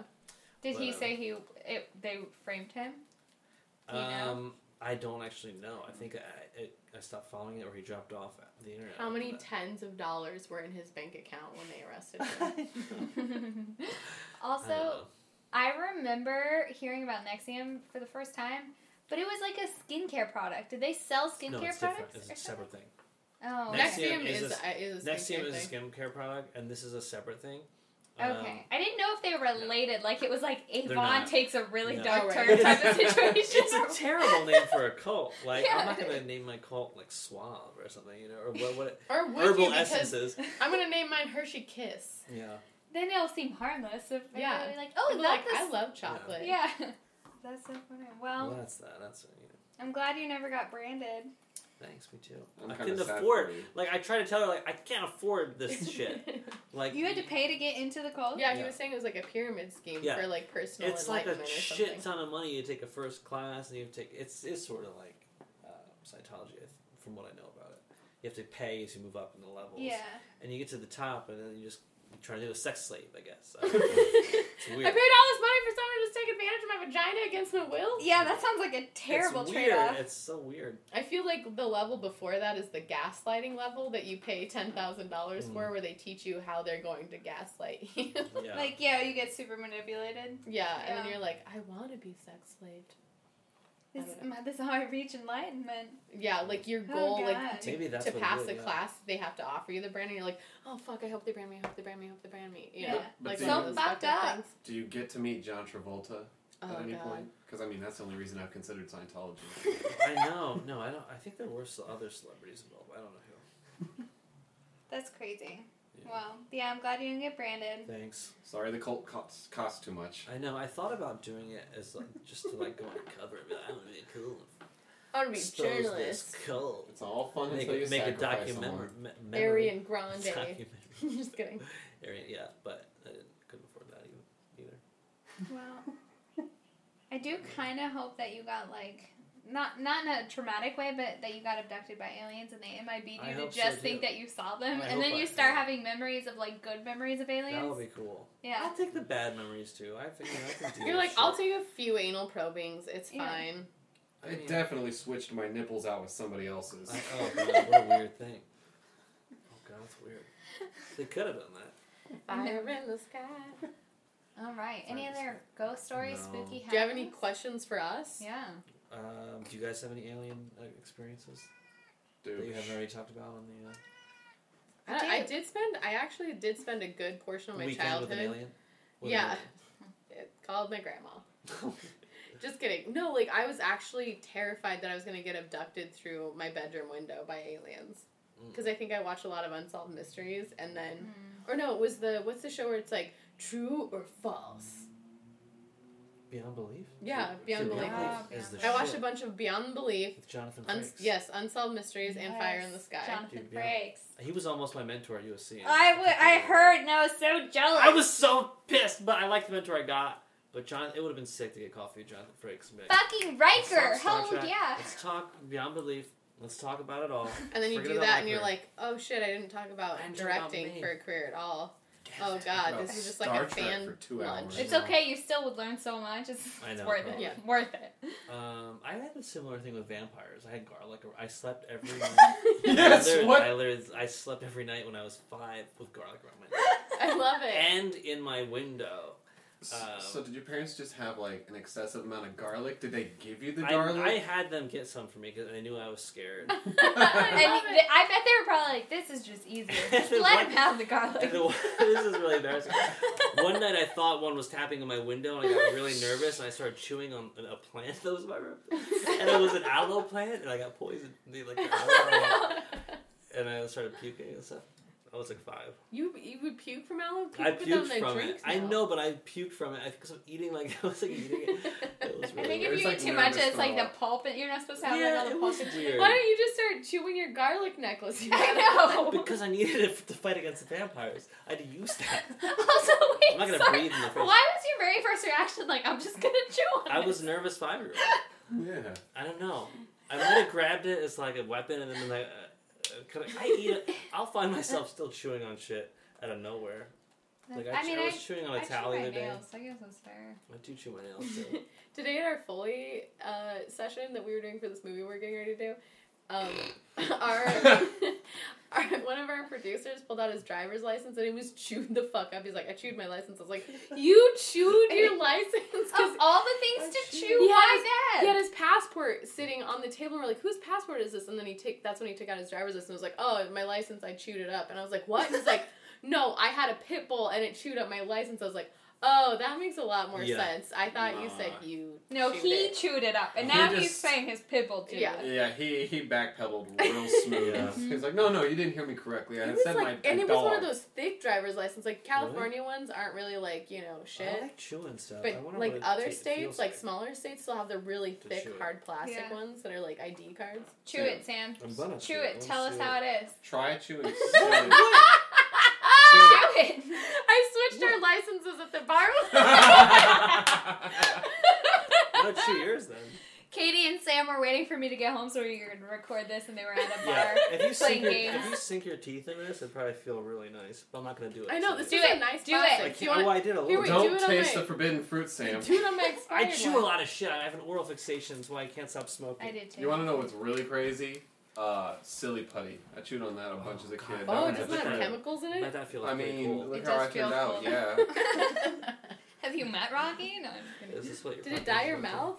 E: Did he
C: whatever.
E: say he it, they framed him? Do you know?
C: Um, I don't actually know. I think I it, I stopped following it, or he dropped off the internet.
A: How many
C: after
A: tens of dollars were in his bank account when they arrested him?
C: that. I don't
E: also,
C: know.
E: I remember hearing about Nexium for the first time, but it was like a skincare product. Did they sell skincare
C: no, it's different.
E: products?
C: It's
E: or
C: a separate thing.
E: something? Oh,
C: Nexium
A: Nexium
C: is
A: is
C: a-
A: a, is a
C: Nexium
A: skincare
C: is a
A: thing.
C: skincare product, and this is a separate thing. Um,
E: Okay, I didn't know if they were related. Like it was like Avon
C: not.
E: takes a really
C: No.
E: dark
A: Oh, right.
E: turn type of situation.
C: it's a terrible name for a cult. Like
E: Yeah.
C: I'm not gonna name my cult like Suave or something, you know, or what? what
A: Or would
C: herbal
A: you? Because
C: essences.
A: I'm gonna name mine Hershey Kiss.
C: Yeah.
E: then it'll seem harmless if
A: Yeah.
E: yeah. like, oh,
A: People are
E: that's
A: like I love chocolate.
E: yeah. That's so funny. Well,
C: Well,
A: Um,
C: that's that. That's you
E: I'm glad you never got branded.
C: know, thanks me too.
D: I'm
C: I
D: kinda
C: couldn't
D: sad
C: afford.
D: for you.
C: Like I tried to tell her, like I can't afford this shit. Like
E: You had to pay to get into the cult.
A: yeah, he
C: Yeah.
A: was saying it was like a pyramid scheme
C: Yeah.
A: for like personal
C: it's like
A: enlightenment
C: a
A: or
C: shit
A: something.
C: ton of money. You take a first class, and you take it's it's sort of like uh, Scientology, if- from what I know about it. You have to pay as you move up in the levels,
E: Yeah.
C: and you get to the top, and then you just you try to do a sex slave, I guess. I
A: I
C: don't
A: paid all
C: know. it's
A: this
C: weird.
A: money for someone to just take advantage of my vagina against my will.
E: Yeah, that sounds like a terrible
C: it's
E: trade
C: weird.
E: off.
C: It's so weird.
A: I feel like the level before that is the gaslighting level that you pay ten thousand dollars
C: Mm.
A: for, where they teach you how they're going to gaslight you.
C: Yeah.
E: Like, yeah, you get super manipulated.
A: yeah, and
E: Yeah.
A: then you're like, I want to be sex slaved.
E: This,
A: I don't
E: my, this is how I reach enlightenment.
A: Yeah, like your
E: Oh,
A: goal,
E: God.
A: like to,
C: Maybe that's
A: to
C: what it
A: pass
C: is,
A: a
C: yeah.
A: class, they have to offer you the brand, and you're like, oh fuck, I hope they brand me, I hope they brand me, I hope they brand me. You know,
E: Yeah.
D: But
A: like
D: see-
A: one of those
E: So fucked
A: fucked
E: up.
A: Things.
D: Do you get to meet John Travolta
A: Oh
D: at any
A: god.
D: point? Because I mean, that's the only reason I've considered Scientology.
C: I know. No, I don't. I think there were s- other celebrities involved. I don't know
E: That's crazy.
C: Yeah.
E: Well, yeah, I'm glad you didn't get branded.
C: who. Thanks.
D: Sorry, the cult costs, costs too much.
C: I know. I thought about doing it as like just to like go on cover and be like, I want to be cool.
A: I want to be
C: Expose
A: journalist.
C: this cult.
D: It's all fun
C: Make,
D: until you
C: make a
D: sacrifice
C: documentary.
D: someone.
C: me- memory-
A: Arian Grande.
C: documentary.
A: Just kidding.
C: Arian, yeah, but I didn't, couldn't afford that even, either.
E: Well, I do kind of hope that you got like. Not not in a traumatic way, but that you got abducted by aliens and they MIB'd
C: I
E: you to
C: hope so,
E: just think
C: too.
E: that you saw them,
C: I
E: and
C: hope
E: then
C: I-
E: you start
C: yeah.
E: having memories of like good memories of aliens.
C: That would be cool.
E: yeah,
C: I'll take the bad memories too. I think you know, I can deal
A: You're
C: with
A: like, I'll
C: shit.
A: take a few anal probings. It's
E: Yeah.
A: fine.
C: I
D: I
C: mean-
D: definitely switched my nipples out with somebody else's.
C: I- oh god, what a weird thing. Oh god, that's weird. They could have done that.
A: Fire in the sky.
E: All right. Any
C: Sorry,
E: other ghost stories,
C: No.
E: spooky?
A: Do you have any
E: happenings?
A: questions for us?
E: Yeah.
C: Um, do you guys have any alien uh, experiences that you
D: Dude,
C: haven't already talked about on the uh,
A: I, don't- I
E: Dude.
A: did spend. I actually did spend a good portion of my
C: weekend with an
A: childhood.
C: alien? With an
A: Yeah. It called my grandma.
C: alien?
A: Just kidding. No, like I was actually terrified that I was gonna get abducted through my bedroom window by aliens.
C: Mm.
A: Because I think I watch a lot of unsolved mysteries, and then, or no, it was the what's the show where it's like true or false?
C: Beyond Belief?
A: Yeah, Beyond
C: See,
A: Belief.
E: Belief.
C: is the
A: I watched
C: shit
A: a bunch of Beyond Belief.
C: with Jonathan
A: Un-
C: Frakes.
A: yes, unsolved mysteries and fire in the sky.
E: Jonathan
C: Dude, yeah.
E: Frakes.
C: He was almost my mentor at USC.
E: I, w- I heard and I was so jealous.
C: I was so pissed, but I liked the mentor I got. But John, it would have been sick to get coffee with Jonathan Frakes. and be like,
E: fucking
C: "Let's talk
E: Riker.
C: Star
E: Hell
C: Trek.
E: yeah.
C: Let's talk Beyond Belief. Let's talk about it all.
A: And then you
C: Forget
A: do
C: about
A: that,
C: my
A: and you're
C: career.
A: like, oh shit, I didn't talk about
C: I didn't talk about
A: directing
C: me.
A: for a career at all.
C: Damn
A: Oh
C: it.
A: god,
D: about
A: this is just
D: Star
A: like a
D: Trek
A: fan
D: for two
A: lunch.
D: hours.
E: It's okay. You still would learn so much. It's,
C: I
E: it's
C: know,
E: worth it.
C: probably.
A: Yeah.
E: Worth it.
C: Um, I had a similar thing with vampires. I had garlic. ar- I slept every night. I
D: Yes,
C: literally-
D: what?
C: I, literally- I slept every night when I was five with garlic around my neck
A: I love it.
C: and in my window. Um,
D: so did your parents just have like an excessive amount of garlic? Did they give you the
C: I,
D: garlic?
C: I had them get some for me because I knew I was scared.
E: I, mean,
A: love it.
E: th- I bet they were probably like, this is just easier. Just let him have the garlic.
C: The one- this is really embarrassing. One night I thought one was tapping on my window and I got really nervous and I started chewing on a plant that was in my room. And it was an aloe plant and I got poisoned. They, like, and I started puking and stuff. I was like five.
A: you you would puke from aloe. People
C: I
A: put that in
C: puked
A: their
C: from it.
A: drinks
C: I
A: now.
C: know, but I puked from it. I think 'cause I'm eating like I was like eating it. It was
E: I
C: really weird.
E: think if
D: It's
E: you
D: like
E: eat too much,
D: nervous
E: it's like the
D: smell.
E: pulp, and you're not supposed to have like all
C: yeah,
E: the
C: it
E: pulp.
C: was weird.
A: Why don't you just start chewing your garlic necklace? You
E: I
A: have?
E: know.
C: Because I needed it to fight against the vampires. I had to use that.
E: also, wait,
C: I'm not gonna
E: sorry.
C: breathe in the first-
E: Why was your very first reaction like, I'm just gonna chew on
C: I
E: it?
C: was a nervous five year old.
D: yeah.
C: I don't know. I might have grabbed it as like a weapon, and then I, uh, uh, could I, I eat it. I'll find myself still chewing on shit out of nowhere. Like I,
E: I mean,
C: I
E: I,
C: was chewing on a
E: I chew
C: towel the
E: my
C: other day.
E: nails. I guess that's fair.
C: I do chew my nails too.
A: Today at our Foley uh, session that we were doing for this movie we're getting ready to do, um, our, our one of our producers pulled out his driver's license and he was chewed the fuck up. He's like, I chewed my license. I was like, you chewed your license
E: Of
A: because
E: all the
C: I
E: things to
C: chew-
E: chew,
A: He
E: why
A: he
E: that?
A: had his passport sitting on the table and we're like, whose passport is this? And then he take that's when he took out his driver's license and was like, oh, my license, I chewed it up. And I was like, what? He's like, no, I had a pit bull and it chewed up my license. I was like. Oh, that makes a lot more
C: Yeah.
A: sense. I thought you said
D: Nah.
A: you.
E: No,
A: chewed
E: he
A: it.
E: chewed it up, and
D: He
E: now
D: just-
E: he's saying his pitbull chewed
A: Yeah.
E: it.
D: Yeah, he he backpedaled real smooth.
C: Yeah.
D: He's like, no, no, you didn't hear me correctly. I
A: It
D: had
A: was
D: said
A: like,
D: my
A: and it was
D: dog.
A: one of those thick driver's licenses. Like California ones aren't really like you know shit,
C: I like chewing stuff. I
A: but
C: wonder
A: like
C: what it
A: other
C: ta-
A: states,
C: feels
A: like smaller states, still have the really
C: To
A: thick
C: chew it.
A: hard plastic
E: Yeah.
A: ones that are like ID cards.
E: Chew it, Sam.
C: I'm gonna
E: Chew it. Tell us how it is. Ah,
D: Try chewing.
C: What?
D: cinnamon.
E: Chew it.
A: I switched our licenses at the bar.
C: I'll chew yours then.
E: Katie and Sam were waiting for me to get home so we could record this, and they were at a bar
C: Yeah. If you
E: playing
C: sink your,
E: games.
C: if you sink your teeth in this, it'd probably feel really nice. But I'm not gonna do it.
A: I know
C: so-
A: this
E: Do
A: is
E: it.
A: a nice
E: Do it.
A: plastic.
C: Like,
A: Do you want
C: oh, I did a little.
A: wait,
C: bit.
A: do
D: Don't
A: it on
D: taste
A: my-
D: the forbidden fruit, Sam.
A: do it on my
C: I
A: expired
C: chew
A: one.
C: a lot of shit. I have an oral fixation, so I can't stop smoking.
E: I did too.
D: You want to know what's really crazy? Uh, silly putty. I chewed on that a bunch as a kid. That
C: God.
A: Oh,
D: was
A: it doesn't
D: just
A: that have
D: kinda-
A: chemicals in
C: But
A: it?
C: that feels
D: I
C: pretty
D: mean,
C: cool.
D: look
E: It
D: how I
E: does feel
D: turned out.
E: cool.
D: Yeah.
E: Have you met Rocky? No, I'm just kidding.
C: Is this what you're
A: Did it
C: fucking
A: dye your
C: smoking?
A: mouth?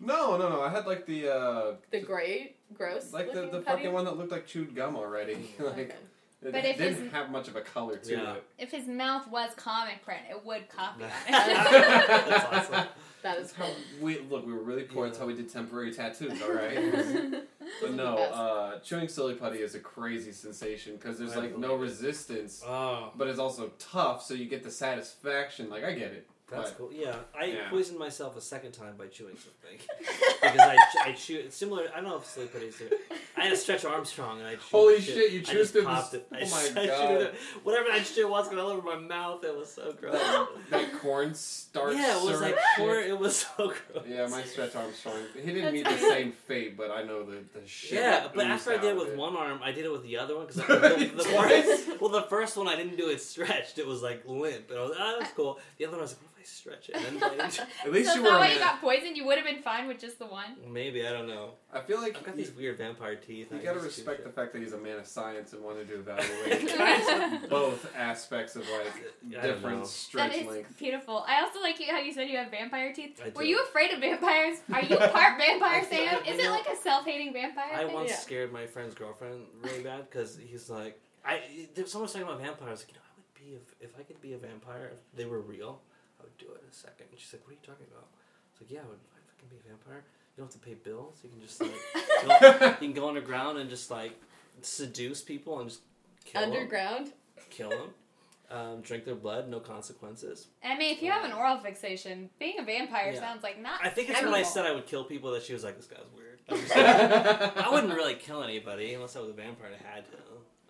D: No, no, no. I had like the uh,
A: The great, gross.
D: like the,
A: looking
D: the
A: putty?
D: fucking one that looked like chewed gum already. like
A: Okay.
D: it
E: But if
D: didn't
E: it's-
D: have much of a color to
C: Yeah.
D: it.
E: If his mouth was comic print, it would copy on it.
C: That's awesome.
A: That
D: That's
A: is
D: how
A: cool.
D: we look. We were really poor. That's
C: Yeah.
D: how we did temporary tattoos. All right. But
A: are
D: no,
A: the best.
D: uh, chewing silly putty is a crazy sensation because there's
C: I
D: like no
C: believe it.
D: resistance,
C: Oh,
D: but it's also tough, so you get the satisfaction. Like I get it.
C: that's
D: but
C: cool. Yeah, I
D: Yeah.
C: poisoned myself a second time by chewing something because I, ch- I chew it's similar. I don't know if sleep hoodies do. I had a stretch Armstrong and I chewed
D: Holy
C: the
D: shit, you
C: I
D: chewed
C: just
D: through
C: popped
D: this-
C: it. I
D: oh
C: just-
D: my
C: I chewed
D: God.
C: it. Whatever that shit was going all over my mouth. It was so gross.
D: that, that corn starch.
C: yeah, it was
D: syrup
C: like
D: shit.
C: poor. It was so gross.
D: Yeah, my stretch Armstrong. He didn't
A: That's
D: meet the
A: good.
D: same fate, but I know the, the shit.
C: Yeah,
D: that
C: but
D: oozed
C: after I
D: out
C: did it
D: of
C: with
D: it.
C: one arm, I did it with the other one because the, the
D: Twice?
C: first, well, the first one I didn't do it stretched; it was like limp, and I was like, "Oh, that's cool." The other one I was like, "What if I stretch it?" And then, like,
D: At least
E: so
D: you
E: is
D: were.
E: that
D: a
E: why
D: man.
E: you got poisoned? You would have been fine with just the one.
C: maybe I don't know.
D: I feel like
C: I've got
D: you,
C: these weird vampire teeth.
D: you
C: I
D: gotta
C: just do
D: respect the
C: shit.
D: fact that he's a man of science and wanted to evaluate
E: That
D: both aspects of like
C: Yeah, I don't know.
D: different stretch
E: is
D: length.
E: beautiful. I also like you how you said you have vampire teeth.
C: I
E: Were
C: do.
E: you afraid of vampires? Are you part vampire,
C: I feel-
E: Sam?
C: I-
E: Is
C: you
E: it
C: know,
E: like a self-hating vampire?
C: I
E: thing?
C: once
A: Yeah.
C: scared my friend's girlfriend really bad because he's like, I there- someone was talking about vampires. Like, you know, I would be if if I could be a vampire if they were real, I would do it in a second. And she's like, "What are you talking about?" I was like, "Yeah, I would." I fucking can be a vampire. You don't have to pay bills. You can just like go, you can go underground and just like seduce people and just kill them.
A: Underground.
C: Kill them. Um, drink their blood, no consequences.
E: I mean, if you have an oral fixation, being a vampire
C: Yeah.
E: sounds like not.
C: I think it's when I
E: terrible.
C: said I would kill people that she was like, "This guy's weird." I was like, I wouldn't really kill anybody unless I was a vampire and I had to.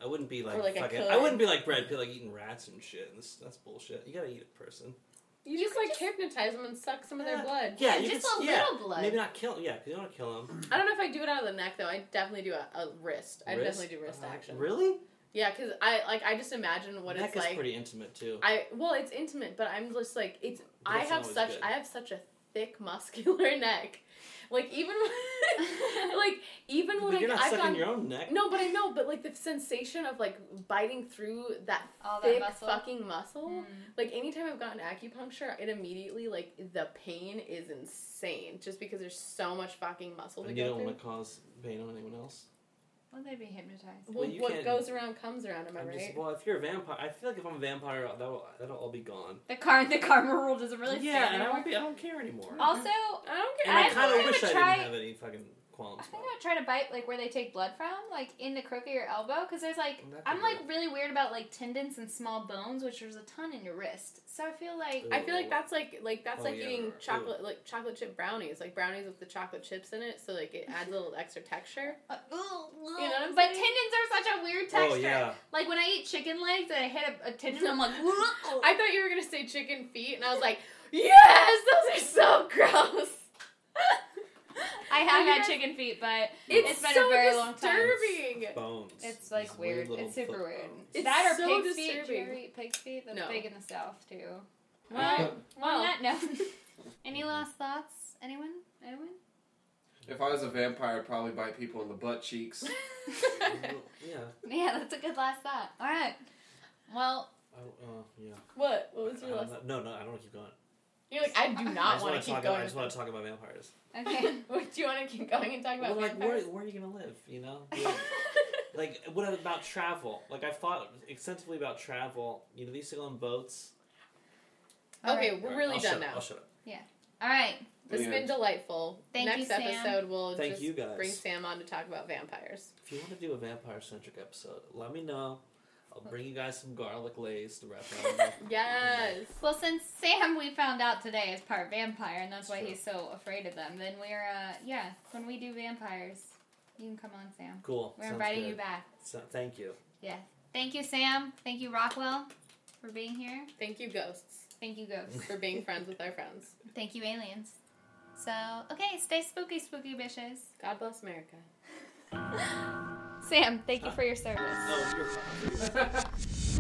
C: I wouldn't be like,
A: Or like a
C: fucking.
A: killer.
C: I wouldn't be like Brad Pitt, like eating rats and shit. That's, that's bullshit. You gotta eat a person.
A: You just like hypnotize them and suck some of their
C: Yeah.
A: blood.
C: Yeah, you
B: just
C: could s-
B: a
C: yeah,
B: little blood.
C: Maybe not kill. Yeah, 'cause you don't want to kill them.
A: I don't know if I do it out of the neck though. I definitely do a, a wrist. I definitely do wrist action.
C: Uh, Uh-huh. Really?
A: Yeah, because I like I just imagine what
C: neck
A: it's
C: is
A: like.
C: pretty intimate too.
A: I well, it's intimate, but I'm just like it's.
C: But
A: I
C: it's
A: have
C: always
A: such
C: good.
A: I have such a thick muscular neck, like even when- like even when
C: but
A: I,
C: you're not
A: I've
C: sucking
A: gone.
C: your own neck.
A: no, but I know, but like the sensation of like biting through that
E: all that
A: thick
E: muscle.
A: fucking muscle,
E: Mm.
A: like anytime I've gotten acupuncture, it immediately like the pain is insane just because there's so much fucking muscle to
C: And you
A: go
C: don't
A: through.
C: want to cause pain on anyone else.
E: Would they be hypnotized?
A: Well,
C: Well, you
A: what
C: can-
A: goes around comes around. Am I
C: I'm
A: right?
C: just well, if you're a vampire, I feel like if I'm a vampire, that'll that'll all be gone.
E: The car, the karma rule doesn't really.
C: yeah,
E: stand
C: and I
E: anymore.
C: won't be. I don't care anymore.
E: Also,
A: I don't
C: and I,
E: I
C: kind
E: think
C: of
E: I
C: wish
E: would
C: I
E: try-
C: didn't have any fucking
E: I
C: qualms.
E: think
C: About
E: I would try to bite like where they take blood from, like in the crook of your elbow, because there's like
C: That could
E: I'm
C: work.
E: like really weird about like tendons and small bones, which there's a ton in your wrist. So I feel like
A: I feel like that's like like that's
C: Oh,
A: like
C: yeah.
A: eating
C: Ooh.
A: chocolate like chocolate chip brownies like brownies with the chocolate chips in it so like it adds a little extra texture.
E: Uh, ugh, ugh.
A: You know what I'm
E: but
A: saying?
E: tendons are such a weird
C: it.
E: texture.
C: Oh yeah,
E: Like when I eat chicken legs and I hit a, a tendon, I'm like, ugh.
A: I thought you were gonna say chicken feet and I was like, yes, those are so gross.
E: I have
A: Yeah.
E: had chicken feet, but
A: It's,
E: It's been
A: so
E: a very long time.
A: disturbing.
C: bones.
E: it's like
C: These
E: weird.
C: little
E: It's super
C: foot
E: weird.
C: bones.
A: It's
E: that or
A: so
E: pig's feet. Do
A: disturbing.
E: you ever eat pig's feet? That's
A: No.
E: big in the south too.
A: Well,
E: On
A: well,
E: that note, any last thoughts? Anyone? Anyone?
D: If I was a vampire, I'd probably bite people in the butt cheeks.
C: Well, yeah.
E: Yeah, that's a good last thought. All right. Well,
C: I, uh, yeah.
A: what? What was
C: I
A: your
C: don't
A: last?
C: know. No, no, I don't want to keep going.
A: You're like, I do
C: I
A: not
C: just
A: want to
C: wanna
A: keep
C: talk.
A: going.
C: About, I just want to talk about vampires.
E: okay.
A: do you want to keep going and talk about
C: Well, like, where,
A: vampires?
C: where are you gonna live? You know, Like, like what about travel? Like I've thought extensively about travel. You know, they used to go on boats.
E: All
A: okay,
E: right.
A: we're
C: All right,
A: really
C: I'll
A: done
C: shut up,
A: now.
C: I'll shut up.
E: All right.
A: This has been delightful.
E: Thank you,
A: Next
E: Sam.
A: episode, we'll
C: Thank
A: just
C: you, guys.
A: bring Sam on to talk about vampires.
C: If you want to do a vampire centric episode, let me know. I'll bring you guys some garlic lays to wrap it up.
A: Yes.
E: Well, since Sam, we found out today, is part vampire, and that's why
C: Sure.
E: he's so afraid of them, then we're, uh, yeah, when we do vampires, you can come on, Sam.
C: cool.
E: We're
C: sounds
E: inviting
C: good.
E: you back.
C: So, thank you.
E: Thank you, Sam. Thank you, Rockwell, for being here.
A: Thank you, ghosts,
E: Thank you, Ghost.
A: for being friends with our friends.
E: Thank you, aliens. So, okay, stay spooky, spooky bitches.
A: God bless America.
E: Sam, thank you for your service.
C: No, Oh, you're fine.